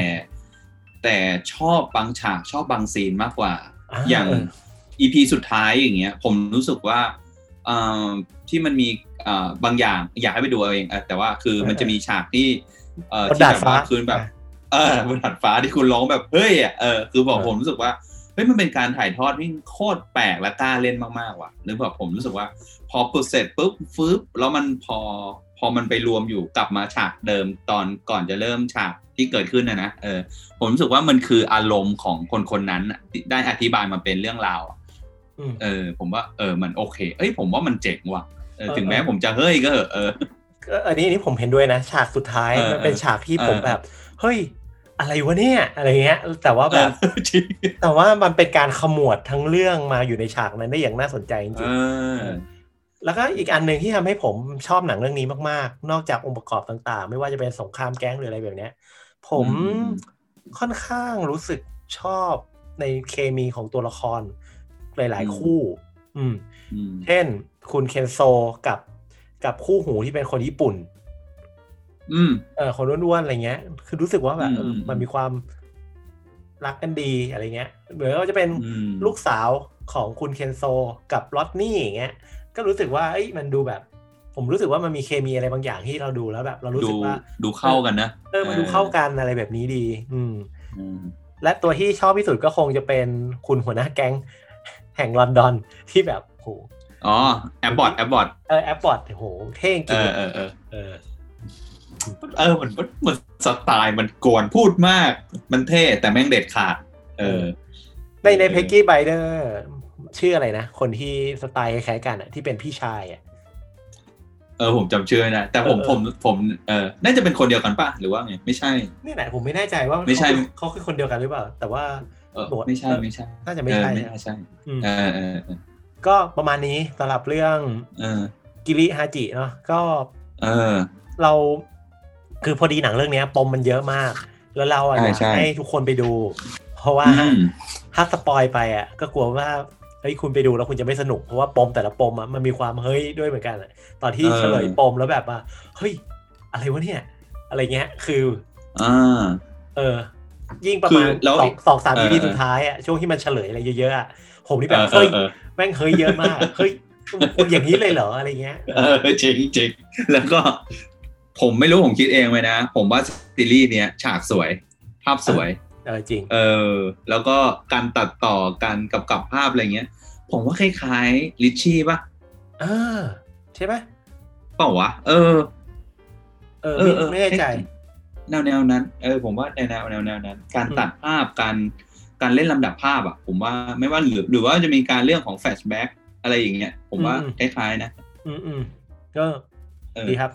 [SPEAKER 2] แต่ชอบบางฉากชอบบางซีนมากกว่า
[SPEAKER 1] อ่า
[SPEAKER 2] อย่าง
[SPEAKER 1] เออ
[SPEAKER 2] อีพีสุดท้ายอย่างเงี้ย ผมรู้สึกว่าเอ่อที่มันมีเอ่อบางอย่างอยากให้ไปดูเอาเองเออแต่ว่าคือมันจะมีฉากที่เอ่อบ
[SPEAKER 1] น
[SPEAKER 2] ที่
[SPEAKER 1] ดาด
[SPEAKER 2] แบบ
[SPEAKER 1] ฟ้า
[SPEAKER 2] ว่าคืนแบบ เออบนดาดฟ้าที่คุณร้องแบบเฮ้ยอ่ะเออคือบอก
[SPEAKER 1] เออ
[SPEAKER 2] ผมรู้สึกว่าเฮ้ยมันเป็นการถ่ายทอดที่โคตรแปลกและกล้าเล่นมากๆว่ะหรือแบบผมรู้สึกว่า พอปุ๊บเสร็จปุ๊บฟืบแล้วมันพอพอมันไปรวมอยู่กลับมาฉากเดิมตอนก่อนจะเริ่มฉากที่เกิดขึ้นนะนะเออผมรู้สึกว่ามันคืออารมณ์ของคนคนๆนั้นน่ะที่ได้อธิบายมาเป็นเรื่องราวอ่ะ
[SPEAKER 1] อืม
[SPEAKER 2] เออ ผมว่าเออมันโอเค เอ้ยผมว่ามันเจ๋งว่ะเออ
[SPEAKER 1] เออ
[SPEAKER 2] ถึงแม้
[SPEAKER 1] เออ
[SPEAKER 2] ผมจะเฮ้ยก็เหอะเออ
[SPEAKER 1] ก็อันนี้อันนี้ผมเห็นด้วยนะ ฉากสุดท้าย
[SPEAKER 2] เออ
[SPEAKER 1] มันเป็นฉากที่
[SPEAKER 2] เออ
[SPEAKER 1] ผมแบบ เฮ้ย อะไรวะเนี่ย อะไรเงี้ย แต่ว่าแบบ
[SPEAKER 2] เออจริง
[SPEAKER 1] แต่ว่ามันเป็นการขมวดทั้งเรื่องมาอยู่ในฉากนั้นได้อย่างน่าสนใจจ
[SPEAKER 2] เอ
[SPEAKER 1] ริง
[SPEAKER 2] อ
[SPEAKER 1] ๆแล้วก็อีกอันหนึ่งที่ทำให้ผมชอบหนังเรื่องนี้มากๆ นอกจากองค์ประกอบต่างๆ ไม่ว่าจะเป็นสงครามแก๊งหรืออะไรแบบเนี้ย ผม
[SPEAKER 2] อืม
[SPEAKER 1] ค่อนข้างรู้สึกชอบในเคมีของตัวละครหลาย ๆ คู่ อืม
[SPEAKER 2] อืม
[SPEAKER 1] เช่นคุณเคนโซกับกับคู่หูที่เป็นคนญี่ปุ่น
[SPEAKER 2] อืม
[SPEAKER 1] เออคนอ้วนๆอะไรเงี้ย คือรู้สึกว่าแบบ
[SPEAKER 2] อืม
[SPEAKER 1] เออ
[SPEAKER 2] ม
[SPEAKER 1] มันมีความรักกันดีอะไรเงี้ยเหมือนว่าจะเป็น
[SPEAKER 2] อืม
[SPEAKER 1] ลูกสาวของคุณเคนโซกับลอตนี่อย่างเงี้ยก็รู้สึกว่าเอ้ยมันดูแบบ ผมรู้สึกว่ามันมีเคมีอะไรบางอย่างที่เราดูแล้วแบบ เรารู้
[SPEAKER 2] ดู
[SPEAKER 1] สึกว่า
[SPEAKER 2] ดูเข้ากันนะ
[SPEAKER 1] เออมันดูเข้ากันอะไรแบบนี้ดี อืม
[SPEAKER 2] อืม
[SPEAKER 1] และตัวที่ชอบที่สุดก็คงจะเป็นคุณหัวหน้าแก๊ง แห่งลอนด อนที่แบบโห
[SPEAKER 2] อ๋อแอปบอร์ดแอปบอร์ด
[SPEAKER 1] เออแอปพอร์ตโหเท่จ
[SPEAKER 2] เอ
[SPEAKER 1] ริง
[SPEAKER 2] อ
[SPEAKER 1] ๆ
[SPEAKER 2] เออเออ
[SPEAKER 1] เออ
[SPEAKER 2] เออมันมันมันสไตล์มันโกวนพูดมาก มันเท่แต่แม่งเด็ดขาด เออ
[SPEAKER 1] ในใน
[SPEAKER 2] เออ
[SPEAKER 1] เพกกี้ไบเดอร์ชื่ออะไรนะ คนที่สไตล์คล้ายๆกันอะที่เป็นพี่ชายอะ
[SPEAKER 2] เออผมจำชื่อไม่ได้แต่ผม
[SPEAKER 1] เออ
[SPEAKER 2] ผมผมเออน่าจะเป็นคนเดียวกันป่ะหรือว่าไงไม่ใช่
[SPEAKER 1] นี่แหละผมไม่แน่ใจว่า
[SPEAKER 2] ไม่ใช่
[SPEAKER 1] เขาคือเขาคือคนเดียวกันหรือเปล่า แต่ว่า
[SPEAKER 2] เออ
[SPEAKER 1] โดด
[SPEAKER 2] ไม่ใช่
[SPEAKER 1] เออ
[SPEAKER 2] ไม่ใช่
[SPEAKER 1] น่าจะ
[SPEAKER 2] เอ
[SPEAKER 1] ไม่
[SPEAKER 2] อ
[SPEAKER 1] ใช่
[SPEAKER 2] ไม่
[SPEAKER 1] นะ
[SPEAKER 2] น่าใช่
[SPEAKER 1] อืม
[SPEAKER 2] เออเออเออ
[SPEAKER 1] ก็ประมาณนี้สำหรับเรื่อง
[SPEAKER 2] เออ
[SPEAKER 1] กิริฮาจิเนาะก็
[SPEAKER 2] เออ
[SPEAKER 1] เราคือพอดีหนังเรื่องเนี้ย ปมมันเยอะมาก แล้วเราอะ
[SPEAKER 2] ใช่
[SPEAKER 1] อยาก
[SPEAKER 2] ใช่
[SPEAKER 1] ให้ทุกคนไปดู เพราะว่า
[SPEAKER 2] อืม
[SPEAKER 1] ถ้าสปอยไปอ่ะก็กลัวว่าเฮ้ยคุณไปดูแล้วคุณจะไม่สนุกเพราะว่าปมแต่ละปมอ่ะมันมีความเฮ้ยด้วยเหมือนกันอะตอนที่
[SPEAKER 2] เออ
[SPEAKER 1] เฉลยปมแล้วแบบว่าเฮ้ยอะไรวะเนี่ย อะไรเงี้ยคือ
[SPEAKER 2] อ่า
[SPEAKER 1] เออ ยิ่งประมาณ
[SPEAKER 2] คือแล้ว
[SPEAKER 1] สองสองสาม
[SPEAKER 2] เออ
[SPEAKER 1] ทีสุดท้ายอ่ะช่วงที่มันเฉลยอะไรเยอะๆอ่ะผมนี่
[SPEAKER 2] เอ
[SPEAKER 1] แบบ
[SPEAKER 2] อเอ
[SPEAKER 1] เฮ้
[SPEAKER 2] อย เออ
[SPEAKER 1] แม่งเฮ้ยเยอะมากเฮ้ยคุณอย่างนี้เลยเหรออะไรเงี้ย
[SPEAKER 2] เออจริงจริงแล้วก็ ผมไม่รู้ผมคิดเองไหมนะ ผมว่าซีรีส์เนี้ยฉากสวย ภาพสวย
[SPEAKER 1] เออจริง
[SPEAKER 2] เออ แล้วก็การตัดต่อการกำกับภาพอะไรเงี้ย ผมว่าคล้ายๆลิชชี่ป่ะ
[SPEAKER 1] เออ ใช่ไหม
[SPEAKER 2] เปล่าวะเออ
[SPEAKER 1] เออ
[SPEAKER 2] เออเอ
[SPEAKER 1] ไม่
[SPEAKER 2] อ
[SPEAKER 1] ไม่แน่ใจ
[SPEAKER 2] แนวแนวๆนั้นเออผมว่าแนวแนวแนวแนวนั้น การตัดภาพการการเล่นลำดับภาพอ่ะ ผมว่าไม่ว่าหรือหรือว่าจะมีการเรื่องของแฟลชแบ็กอะไรอย่างเงี้ย ผมว่า
[SPEAKER 1] อืม
[SPEAKER 2] คล้ายๆนะ
[SPEAKER 1] อืมอืมก็
[SPEAKER 2] เออ
[SPEAKER 1] ดีครับ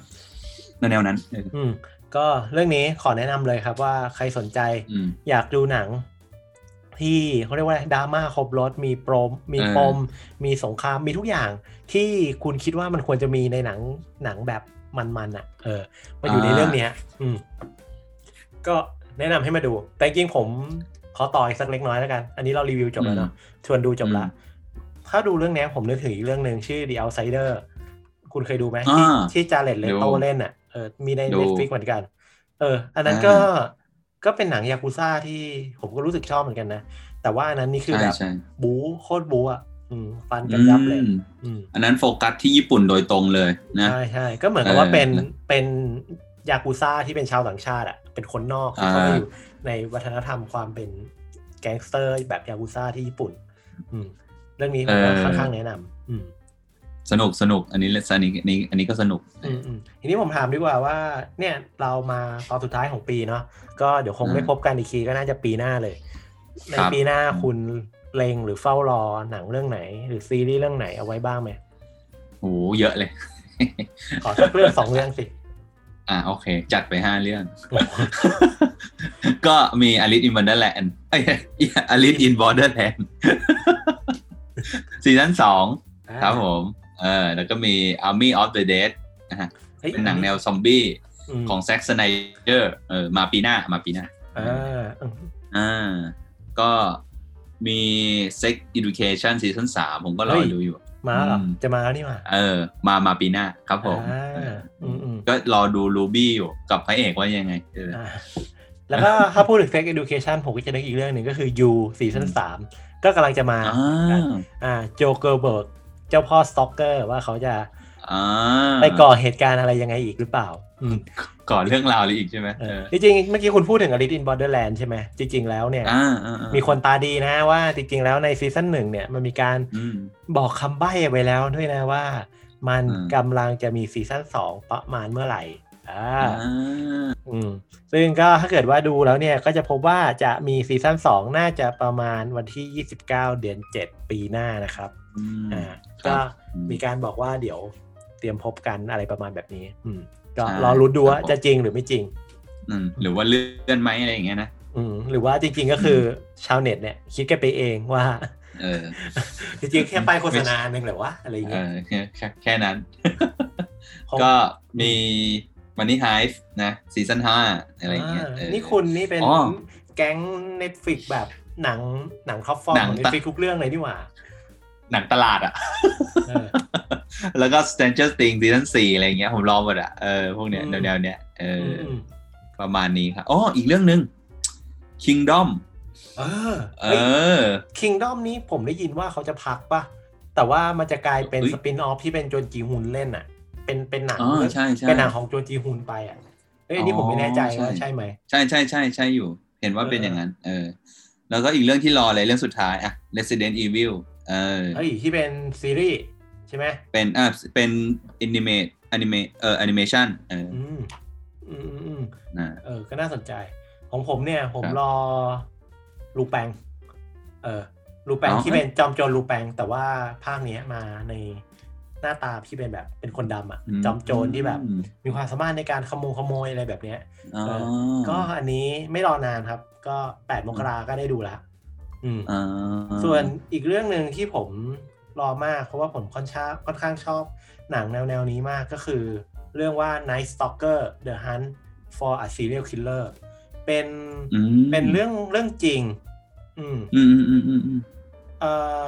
[SPEAKER 2] แนวแนวๆนั้นเออ
[SPEAKER 1] อืม ก็เรื่องนี้ขอแนะนำเลยครับว่าใครสนใจ
[SPEAKER 2] อืม
[SPEAKER 1] อยากดูหนัง ที่เขาเรียกว่าอะไรดราม่าครบรถมีปรมมี
[SPEAKER 2] เออ
[SPEAKER 1] ปม มีสงครามมีทุกอย่าง ที่คุณคิดว่ามันควรจะมีในหนังหนังแบบมันๆอ่ะ เออมาอยู่ในเรื่องเนี้ย อืม ก็แนะนำให้มาดู แต่จริงๆผมขอต่ออีกสักเล็กน้อยแล้วกัน อันนี้เรารีวิวจบแล้วเนาะชวนดูจบละถ้าดูเรื่องเนี้ยผมนึกถึงอีกเรื่องหนึ่งชื่อ The Outsider คุณเคยดูไหม
[SPEAKER 2] อ่า
[SPEAKER 1] ที่ที่จาเลตเลโต
[SPEAKER 2] ดู
[SPEAKER 1] เล่นอ่ะเออมีใน
[SPEAKER 2] ดู
[SPEAKER 1] Netflix เหมือนกัน เออ อันนั้น
[SPEAKER 2] อ่า
[SPEAKER 1] ก็ก็เป็นหนังยากุซ่าที่ผมก็รู้สึกชอบเหมือนกันนะ แต่ว่าอันนั้นนี่คือ
[SPEAKER 2] ใช่
[SPEAKER 1] แบบ
[SPEAKER 2] ใช่
[SPEAKER 1] บู๊โคตรบู๊อ่ะอืมฟันกั
[SPEAKER 2] อื
[SPEAKER 1] นยับเลย
[SPEAKER 2] ม
[SPEAKER 1] อืม
[SPEAKER 2] อันนั้นโฟกัสที่ญี่ปุ่นโดยตรงเลยนะ
[SPEAKER 1] ใช่ใช่ก็เหมือนกับว่า
[SPEAKER 2] เออ
[SPEAKER 1] เป็น
[SPEAKER 2] นะ
[SPEAKER 1] เป็นยากุซ่าที่เป็นชาวต่างชาติอ่ะเป็นคนนอกที่เขา
[SPEAKER 2] อ่า
[SPEAKER 1] ไปอยู่ในวัฒนธรรมความเป็นแก๊งสเตอร์แบบยากุซ่าที่ญี่ปุ่น อืม เรื่องนี้ผมก็ค่อนข้างแนะนำอืม
[SPEAKER 2] สนุกสนุกอันนี้อันนี้อันนี้อันนี้ก็สนุก
[SPEAKER 1] อืมอืมทีนี้ผมถามดีกว่าว่า เนี่ยเรามาตอนสุดท้ายของปีเนาะก็เดี๋ยวคง
[SPEAKER 2] อืม
[SPEAKER 1] ได้พบกันอีกทีก็น่าจะปีหน้าเลย ใน
[SPEAKER 2] ครับ
[SPEAKER 1] ปีหน้าคุณเลงหรือเฝ้ารอหนังเรื่องไหน หรือซีรีส์เรื่องไหนเอาไว้บ้างไหม
[SPEAKER 2] โอ้โหเยอะเลย
[SPEAKER 1] ขอสักเรื่องสองเรื่องสิ
[SPEAKER 2] อ่าโอเค จัดไปห้าเรื่อง ก็มีอลิ c อิน n อ o เ d อร์แลนด์ไอ้อลิ c อิน n อ o เ d อร์แลนด์ ซีซั่นสองครับผม เออ แล้วก็มี Army of the Dead นะฮะ
[SPEAKER 1] ฮ้ย
[SPEAKER 2] เป็นหนังแนวซอมบี้
[SPEAKER 1] ม
[SPEAKER 2] ของแซ็กสไนเดอร์เออมาปีหน้ามาปีหน้า
[SPEAKER 1] อ่าอืม
[SPEAKER 2] อ่า ก็มี Sex Education ซีซั่นสามผมก็รอดูอยู่
[SPEAKER 1] มาเหรอ
[SPEAKER 2] อืม
[SPEAKER 1] จะมาแล้วนี่หว่า
[SPEAKER 2] เออ มามาปีหน้าครับผม
[SPEAKER 1] อ่า
[SPEAKER 2] เอออ
[SPEAKER 1] อืมอืม
[SPEAKER 2] ก็รอดูรูบี้อยู่กับพระเอกว่ายังไงเอออ
[SPEAKER 1] อ่าแล้วก็ถ้าพูดถึง Sex Education ผมก็จะได้อีกเรื่องหนึ่งก็คือ You ซีซั่นสามก็กำลังจะมา
[SPEAKER 2] อ่า
[SPEAKER 1] อ่าโจเกอร์เบิร์กเจ้าพ่อสต็อกเกอร์ว่าเขาจะ
[SPEAKER 2] อ่า
[SPEAKER 1] ไปก่อเหตุการณ์อะไรยังไงอีกหรือเปล่า อืม
[SPEAKER 2] ก่อเรื่องราวเลยอีกใช่ไหม
[SPEAKER 1] เอ
[SPEAKER 2] เอ
[SPEAKER 1] อ
[SPEAKER 2] อ
[SPEAKER 1] จริงๆ เมื่อกี้คุณพูดถึงอลิ c ินบอ r เดอร์แลนด์ใช่ไหม จริง ๆ แล้วเนี่ย
[SPEAKER 2] อ่าอ่าอ่า
[SPEAKER 1] มีคนตาดีนะว่าจริง ๆ แล้วในซีซั่นหนึ่งเนี่ยมันมีการ
[SPEAKER 2] อืม
[SPEAKER 1] บอกคำใบ้ไว้แล้วด้วยนะว่า มัน
[SPEAKER 2] อืม
[SPEAKER 1] กำลังจะมีซีซั่นสองประมาณเมื่อไหร่ อ่า
[SPEAKER 2] อ่า
[SPEAKER 1] อืม ซึ่งก็ถ้าเกิดว่าดูแล้วเนี่ยก็จะพบว่าจะมีซีซั่นสองน่าจะประมาณวันที่ 29 เดือน 7 ปีหน้านะครับ
[SPEAKER 2] อืม
[SPEAKER 1] อ่า
[SPEAKER 2] ครั
[SPEAKER 1] ก็
[SPEAKER 2] บ
[SPEAKER 1] มีการบอกว่าเดี๋ยวเตรียมพบกันอะไรประมาณแบบนี้ อืม ก็
[SPEAKER 2] ใช่
[SPEAKER 1] รอรุ้นดูว่า
[SPEAKER 2] ครับผม
[SPEAKER 1] จะจริงหรือไม่จริง
[SPEAKER 2] อืมหรือว่าเลื่อนไหมอะไรอย่างเงี้ยนะ
[SPEAKER 1] อืม หรือว่าจริง ๆ ก็คือชาวเน็ตเนี่ยคิดกันไปเองว่า
[SPEAKER 2] เออ
[SPEAKER 1] จริงๆแค่ป้ายโฆษณาหนึ่งเหรือวะอะไรอย่างเง
[SPEAKER 2] เอ
[SPEAKER 1] ี้ย
[SPEAKER 2] อแค่แค่แค่นั้น
[SPEAKER 1] ของ
[SPEAKER 2] ก็มีมันนี่ไฮฟ์นะซีซั่นห้าอะไรอย่างเงี้ยเออ
[SPEAKER 1] นี่คุณนี่เป็น
[SPEAKER 2] อ๋อ
[SPEAKER 1] แก๊งเน็ตฟิกแบบหนังหนังครอบฟอร์ม
[SPEAKER 2] หนัง
[SPEAKER 1] ของเน็ต
[SPEAKER 2] ตะ
[SPEAKER 1] ฟิกทุกเรื่องเลยนี่หว่า
[SPEAKER 2] หนังตลาด อ่ะ
[SPEAKER 1] เออ
[SPEAKER 2] แล้วก็ Stranger Things ซีซั่นสี่อะไรอย่างเงี้ยผมรอหมดอ่ะเออพวกเนี้ย
[SPEAKER 1] อืม
[SPEAKER 2] แนวๆเนี้ยเอออ
[SPEAKER 1] ม
[SPEAKER 2] ประมาณนี้ครับอ๋ออีกเรื่องหนึ่ง Kingdom
[SPEAKER 1] เออ
[SPEAKER 2] เอ
[SPEAKER 1] เฮ้ย
[SPEAKER 2] อ
[SPEAKER 1] คิงดอมนี้ผมได้ยินว่าเขาจะพักปะแต่ว่ามันจะกลายเป็น
[SPEAKER 2] เฮ้ย
[SPEAKER 1] สปินออฟที่เป็นโจนจีฮุนเล่นอ่ะ เป็นเป็นหนัง
[SPEAKER 2] อ๋อใช่ใช่
[SPEAKER 1] เป็นหนังของโจจีฮุนไปอ่ะเอ้ยอันนี้ผมไม่แน่ใจว่าใช่ไหม
[SPEAKER 2] ใช่ใช่ใช่ใช่อยู่ เห็นว่าเป็นอย่างนั้น เออ แล้วก็อีกเรื่องที่รอเลยเรื่องสุดท้ายอะ Resident Evil เออ
[SPEAKER 1] เอ้ยที่เป็นซีรีส์ใช่ไหม
[SPEAKER 2] เป็นอ่ะเป็นอนิเมตอนิเมตเออแอนิเมชันเออ
[SPEAKER 1] อืมอืมอืมอืม
[SPEAKER 2] นะ
[SPEAKER 1] เออ ก็น่าสนใจ ของผมเนี่ย ผม
[SPEAKER 2] ครับ
[SPEAKER 1] รอลูแปง เออลูแปงที่เป็นจอมโจรลูแปง แต่ว่าภาคเนี้ยมาในหน้าตาที่เป็นแบบเป็นคนดำอ่ะ จอมโจรที่แบบ
[SPEAKER 2] อืม
[SPEAKER 1] มีความสามารถในการขโมงขโมยอะไรแบบเนี้ย
[SPEAKER 2] อ๋อ
[SPEAKER 1] ก็อันนี้ไม่รอนานครับ ก็แปดมกราก็ได้ดูละอืม
[SPEAKER 2] อ่า
[SPEAKER 1] ส่วนอีกเรื่องหนึ่งที่ผมรอมาก เพราะว่าผมค่อนข้างค่อนข้างชอบหนังแนวแนวนี้มากก็คือ เรื่องว่า Night Stalker The Hunt for a Serial Killer เป็น
[SPEAKER 2] อืม
[SPEAKER 1] เป็นเรื่องเรื่องจริง อืม
[SPEAKER 2] อืมอืมอืมอืมอืม
[SPEAKER 1] เอ่อ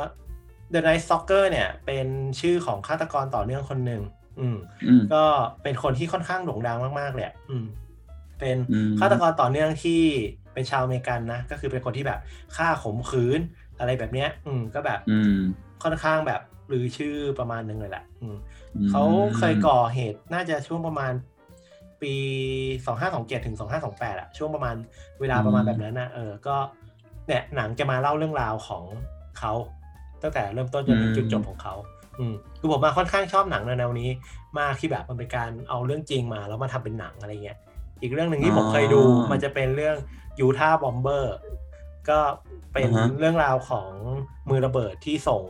[SPEAKER 1] The Night Stalker เนี่ยเป็นชื่อของฆาตกรต่อเนื่องคนหนึ่งอืม
[SPEAKER 2] อืม
[SPEAKER 1] ก็เป็นคนที่ค่อนข้างโด่งดังมากๆเลยอะอืม เป็น
[SPEAKER 2] อืม
[SPEAKER 1] ฆาตกรต่อเนื่องที่เป็นชาวอเมริกันนะ ก็คือเป็นคนที่แบบฆ่าข่มขืนอะไรแบบเนี้ย อืม ก็แบบ
[SPEAKER 2] อืม
[SPEAKER 1] ค่อนข้างแบบลือชื่อประมาณหนึงเลยแหละ อืม
[SPEAKER 2] อืม
[SPEAKER 1] เขาเคยก่อเหตุน่าจะช่วงประมาณปีสองห้าสองเจ็ดถึงสองห้าสองแปดอะช่วงประมาณเวลาประมาณแบบนั้นนะเออก็เนี่ยหนังจะมาเล่าเรื่องราวของเขาตั้งแต่เริ่มต้นจนถึงจุดจบของเขาอืมคือผมมาค่อนข้างชอบหนังแนวๆนี้ มากที่แบบมันเป็นการเอาเรื่องจริงมาแล้วมาทำเป็นหนังอะไรเงี้ยอีกเรื่องหนึ่งที่ผมเคยดูมันจะเป็นเรื่องยูทาบอมเบอร์ก็เป็นเรื่องราวของมือระเบิดที่ส่ง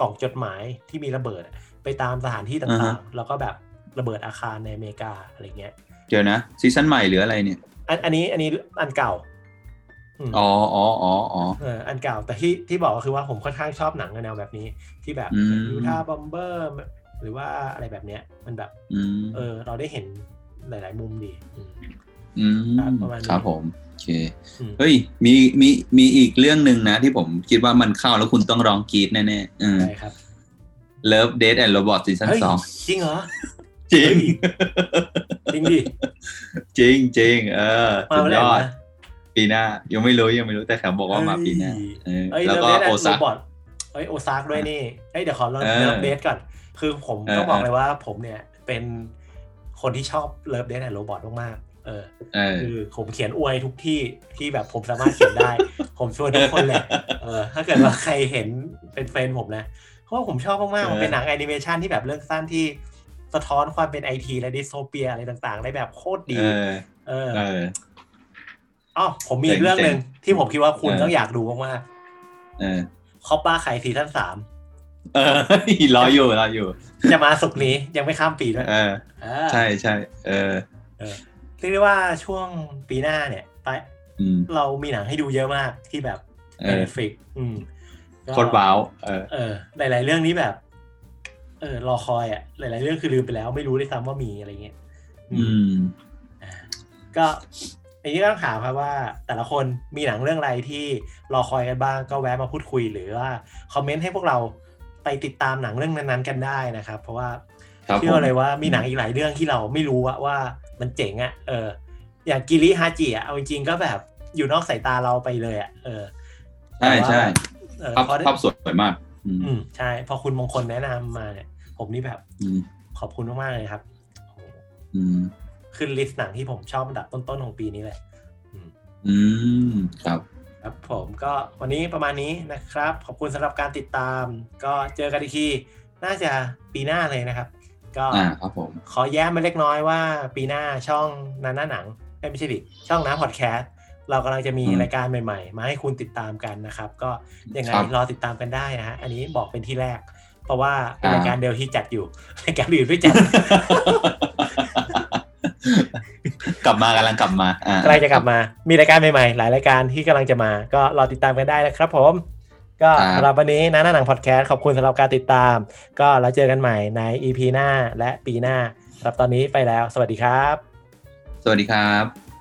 [SPEAKER 1] กล่องจดหมายที่มีระเบิดอะ ไปตามสถานที่ต่างๆ แล้วก็แบบระเบิดอาคารในอเมริกาอะไรเงี้ย
[SPEAKER 2] เดี๋ยวนะซีซั่นใหม่หรืออะไรเนี่ย
[SPEAKER 1] อันอันนี้อันนี้อันเก่าอืม
[SPEAKER 2] อ๋ออ๋ออ๋ออ๋อ
[SPEAKER 1] เอออันเก่าแต่ที่ที่บอกก็คือว่าผมค่อนข้างชอบหนังแนวแบบนี้ ที่แบบ
[SPEAKER 2] อืม
[SPEAKER 1] ยูทาบอมเบอร์หรือว่าอะไรแบบเนี้ย มันแบบ
[SPEAKER 2] อืม
[SPEAKER 1] เออ เราได้เห็นหลาย ๆ มุมดีอืม
[SPEAKER 2] อืม
[SPEAKER 1] ครับประมาณนี้
[SPEAKER 2] ครับผมโอเค
[SPEAKER 1] อืม
[SPEAKER 2] เฮ้ยมีมีมีอีกเรื่องหนึ่งนะที่ผมคิดว่ามันเข้าแล้วคุณต้องร้องกรีดแน่ๆเออ
[SPEAKER 1] ได้ครับ
[SPEAKER 2] Love Death and Robot ซีซั่น
[SPEAKER 1] เฮ้ย
[SPEAKER 2] สอง
[SPEAKER 1] จริงเหรอ
[SPEAKER 2] จริง
[SPEAKER 1] เฮ้ย จริงดิ
[SPEAKER 2] จริงจริงเออ
[SPEAKER 1] มา
[SPEAKER 2] สุด
[SPEAKER 1] เมื่อไห
[SPEAKER 2] ย
[SPEAKER 1] ร่
[SPEAKER 2] อด
[SPEAKER 1] นะ
[SPEAKER 2] ปีหน้า ยังไม่รู้ยังไม่รู้แต่แถวบอกว่ามาปีหน้าเออ
[SPEAKER 1] เอ้ย
[SPEAKER 2] แล้ว
[SPEAKER 1] เด
[SPEAKER 2] ก็
[SPEAKER 1] อะเบสแอด์โร
[SPEAKER 2] โอนซา
[SPEAKER 1] บอทเอ้ยโอซากด้วยนี่เอ้ยเดี๋ยวขอเลิฟ
[SPEAKER 2] เออ
[SPEAKER 1] เลิฟเดทก่อน คือผม
[SPEAKER 2] เออ
[SPEAKER 1] ต้องบอก
[SPEAKER 2] เออ
[SPEAKER 1] เลยว่าผมเนี่ยเป็นคนที่ชอบเลิฟเดทแอนด์โรบอทมากๆเออ
[SPEAKER 2] เออ
[SPEAKER 1] คือผมเขียนอวยทุกที่ที่แบบผมสามารถเขียนได้ ผมชวนทุกคนเลยเออถ้าเกิดว่าใครเห็นเป็นแฟนผมนะเพราะว่าผมชอบมากๆ
[SPEAKER 2] เออ
[SPEAKER 1] มันเป็นหนังแอนิเมชันที่แบบเรื่องสั้นที่สะท้อนความเป็นไอทีและดิสโทเปียอะไรต่างๆ ได้แบบโคตรดี
[SPEAKER 2] เออ
[SPEAKER 1] เออ
[SPEAKER 2] เออ
[SPEAKER 1] อ๋อผมมีอีกเรื่องหนึ่งที่ผมคิดว่าคุณ
[SPEAKER 2] เออ
[SPEAKER 1] ต้องอยากดูมาก
[SPEAKER 2] เออ
[SPEAKER 1] ๆคอปป้าไข่ซีซั่นสาม
[SPEAKER 2] เออรออยู่รออยู่
[SPEAKER 1] จะมาสุกร์นี้ยังไม่ข้ามปีด้วย
[SPEAKER 2] เออ
[SPEAKER 1] เออ
[SPEAKER 2] ใช่ใช่เออ
[SPEAKER 1] เรียกได้ว่าช่วงปีหน้าเนี่ยไป
[SPEAKER 2] อืม
[SPEAKER 1] เรามีหนังให้ดูเยอะมากที่แบบ
[SPEAKER 2] เอ
[SPEAKER 1] ใน
[SPEAKER 2] อ
[SPEAKER 1] ฟิกอืมก็
[SPEAKER 2] โคตรว้าวเออ
[SPEAKER 1] เออ หลาย ๆ เรื่องนี้แบบ เออรอคอยอ่ะ หลาย ๆ เรื่องคือลืมไปแล้ว ไม่รู้ด้วยซ้ำว่ามีอะไรเงี้ยอื
[SPEAKER 2] อื
[SPEAKER 1] ม
[SPEAKER 2] ม
[SPEAKER 1] ก็อันนี้ก็ต้องถามครับว่า แต่ละคนมีหนังเรื่องอะไรที่รอคอยกันบ้างก็แวะมาพูดคุยหรือว่าคอมเมนต์ให้พวกเราไปติดตามหนังเรื่องนั้น ๆ กันได้นะครับ เพราะว่า
[SPEAKER 2] ครับผ
[SPEAKER 1] เชื่อ
[SPEAKER 2] ม
[SPEAKER 1] เลยว่ามีหนังอีกหลายเรื่องที่เราไม่รู้อะว่ามันเจ๋งอะเออ อย่างกิริฮาจิอะเอาจริงๆก็แบบอยู่นอกสายตาเราไปเลยอะเออ
[SPEAKER 2] ใช่ใช่
[SPEAKER 1] เออ
[SPEAKER 2] ภาพ
[SPEAKER 1] พอได้
[SPEAKER 2] ภาพสวยมาก อืม
[SPEAKER 1] อืมใช่ พอคุณมงคลแนะนำมาเนี่ย ผมนี่แบบ
[SPEAKER 2] อืม
[SPEAKER 1] ขอบคุณมากๆเลยครับโอ้โห
[SPEAKER 2] อืม
[SPEAKER 1] ขึ้นลิสต์หนังที่ผมชอบอันดับต้นๆของปีนี้เลย
[SPEAKER 2] อืมครับ
[SPEAKER 1] ครับผมก็วันนี้ประมาณนี้นะครับ ขอบคุณสำหรับการติดตาม ก็เจอกันอีกทีน่าจะปีหน้าเลยนะครับ ก็
[SPEAKER 2] อ่าครับผม
[SPEAKER 1] ขอแย้มมาเล็กน้อยว่าปีหน้าช่องนาหน้าหนังเอ้ยไม่ใช่ดิช่องน้าพอดแคสต์เรากำลังจะมี
[SPEAKER 2] อืม
[SPEAKER 1] รายการใหม่ๆ มาให้คุณติดตามกันนะครับ ก็ยังไง
[SPEAKER 2] ครับ
[SPEAKER 1] รอติดตามกันได้นะฮะอันนี้บอกเป็นที่แรก เพราะว่าเป็น
[SPEAKER 2] อ่าร
[SPEAKER 1] รายการเดียวที่จัดอยู่ รายการอื่นไม่จัด
[SPEAKER 2] กลับมากำลังกลับมาอ่า
[SPEAKER 1] กำลังจะกลับมา มีรายการใหม่ๆ หลายรายการที่กำลังจะมา ก็รอติดตามกันได้นะครับผม ก็
[SPEAKER 2] ครับ
[SPEAKER 1] สำหรับวันนี้นะหน้าหนังพอดแคสต์ขอบคุณสำหรับการติดตาม ก็แล้วเจอกันใหม่ใน EP หน้าและปีหน้าสำหรับตอนนี้ไปแล้ว สวัสดีครับ
[SPEAKER 2] สวัสดีครับ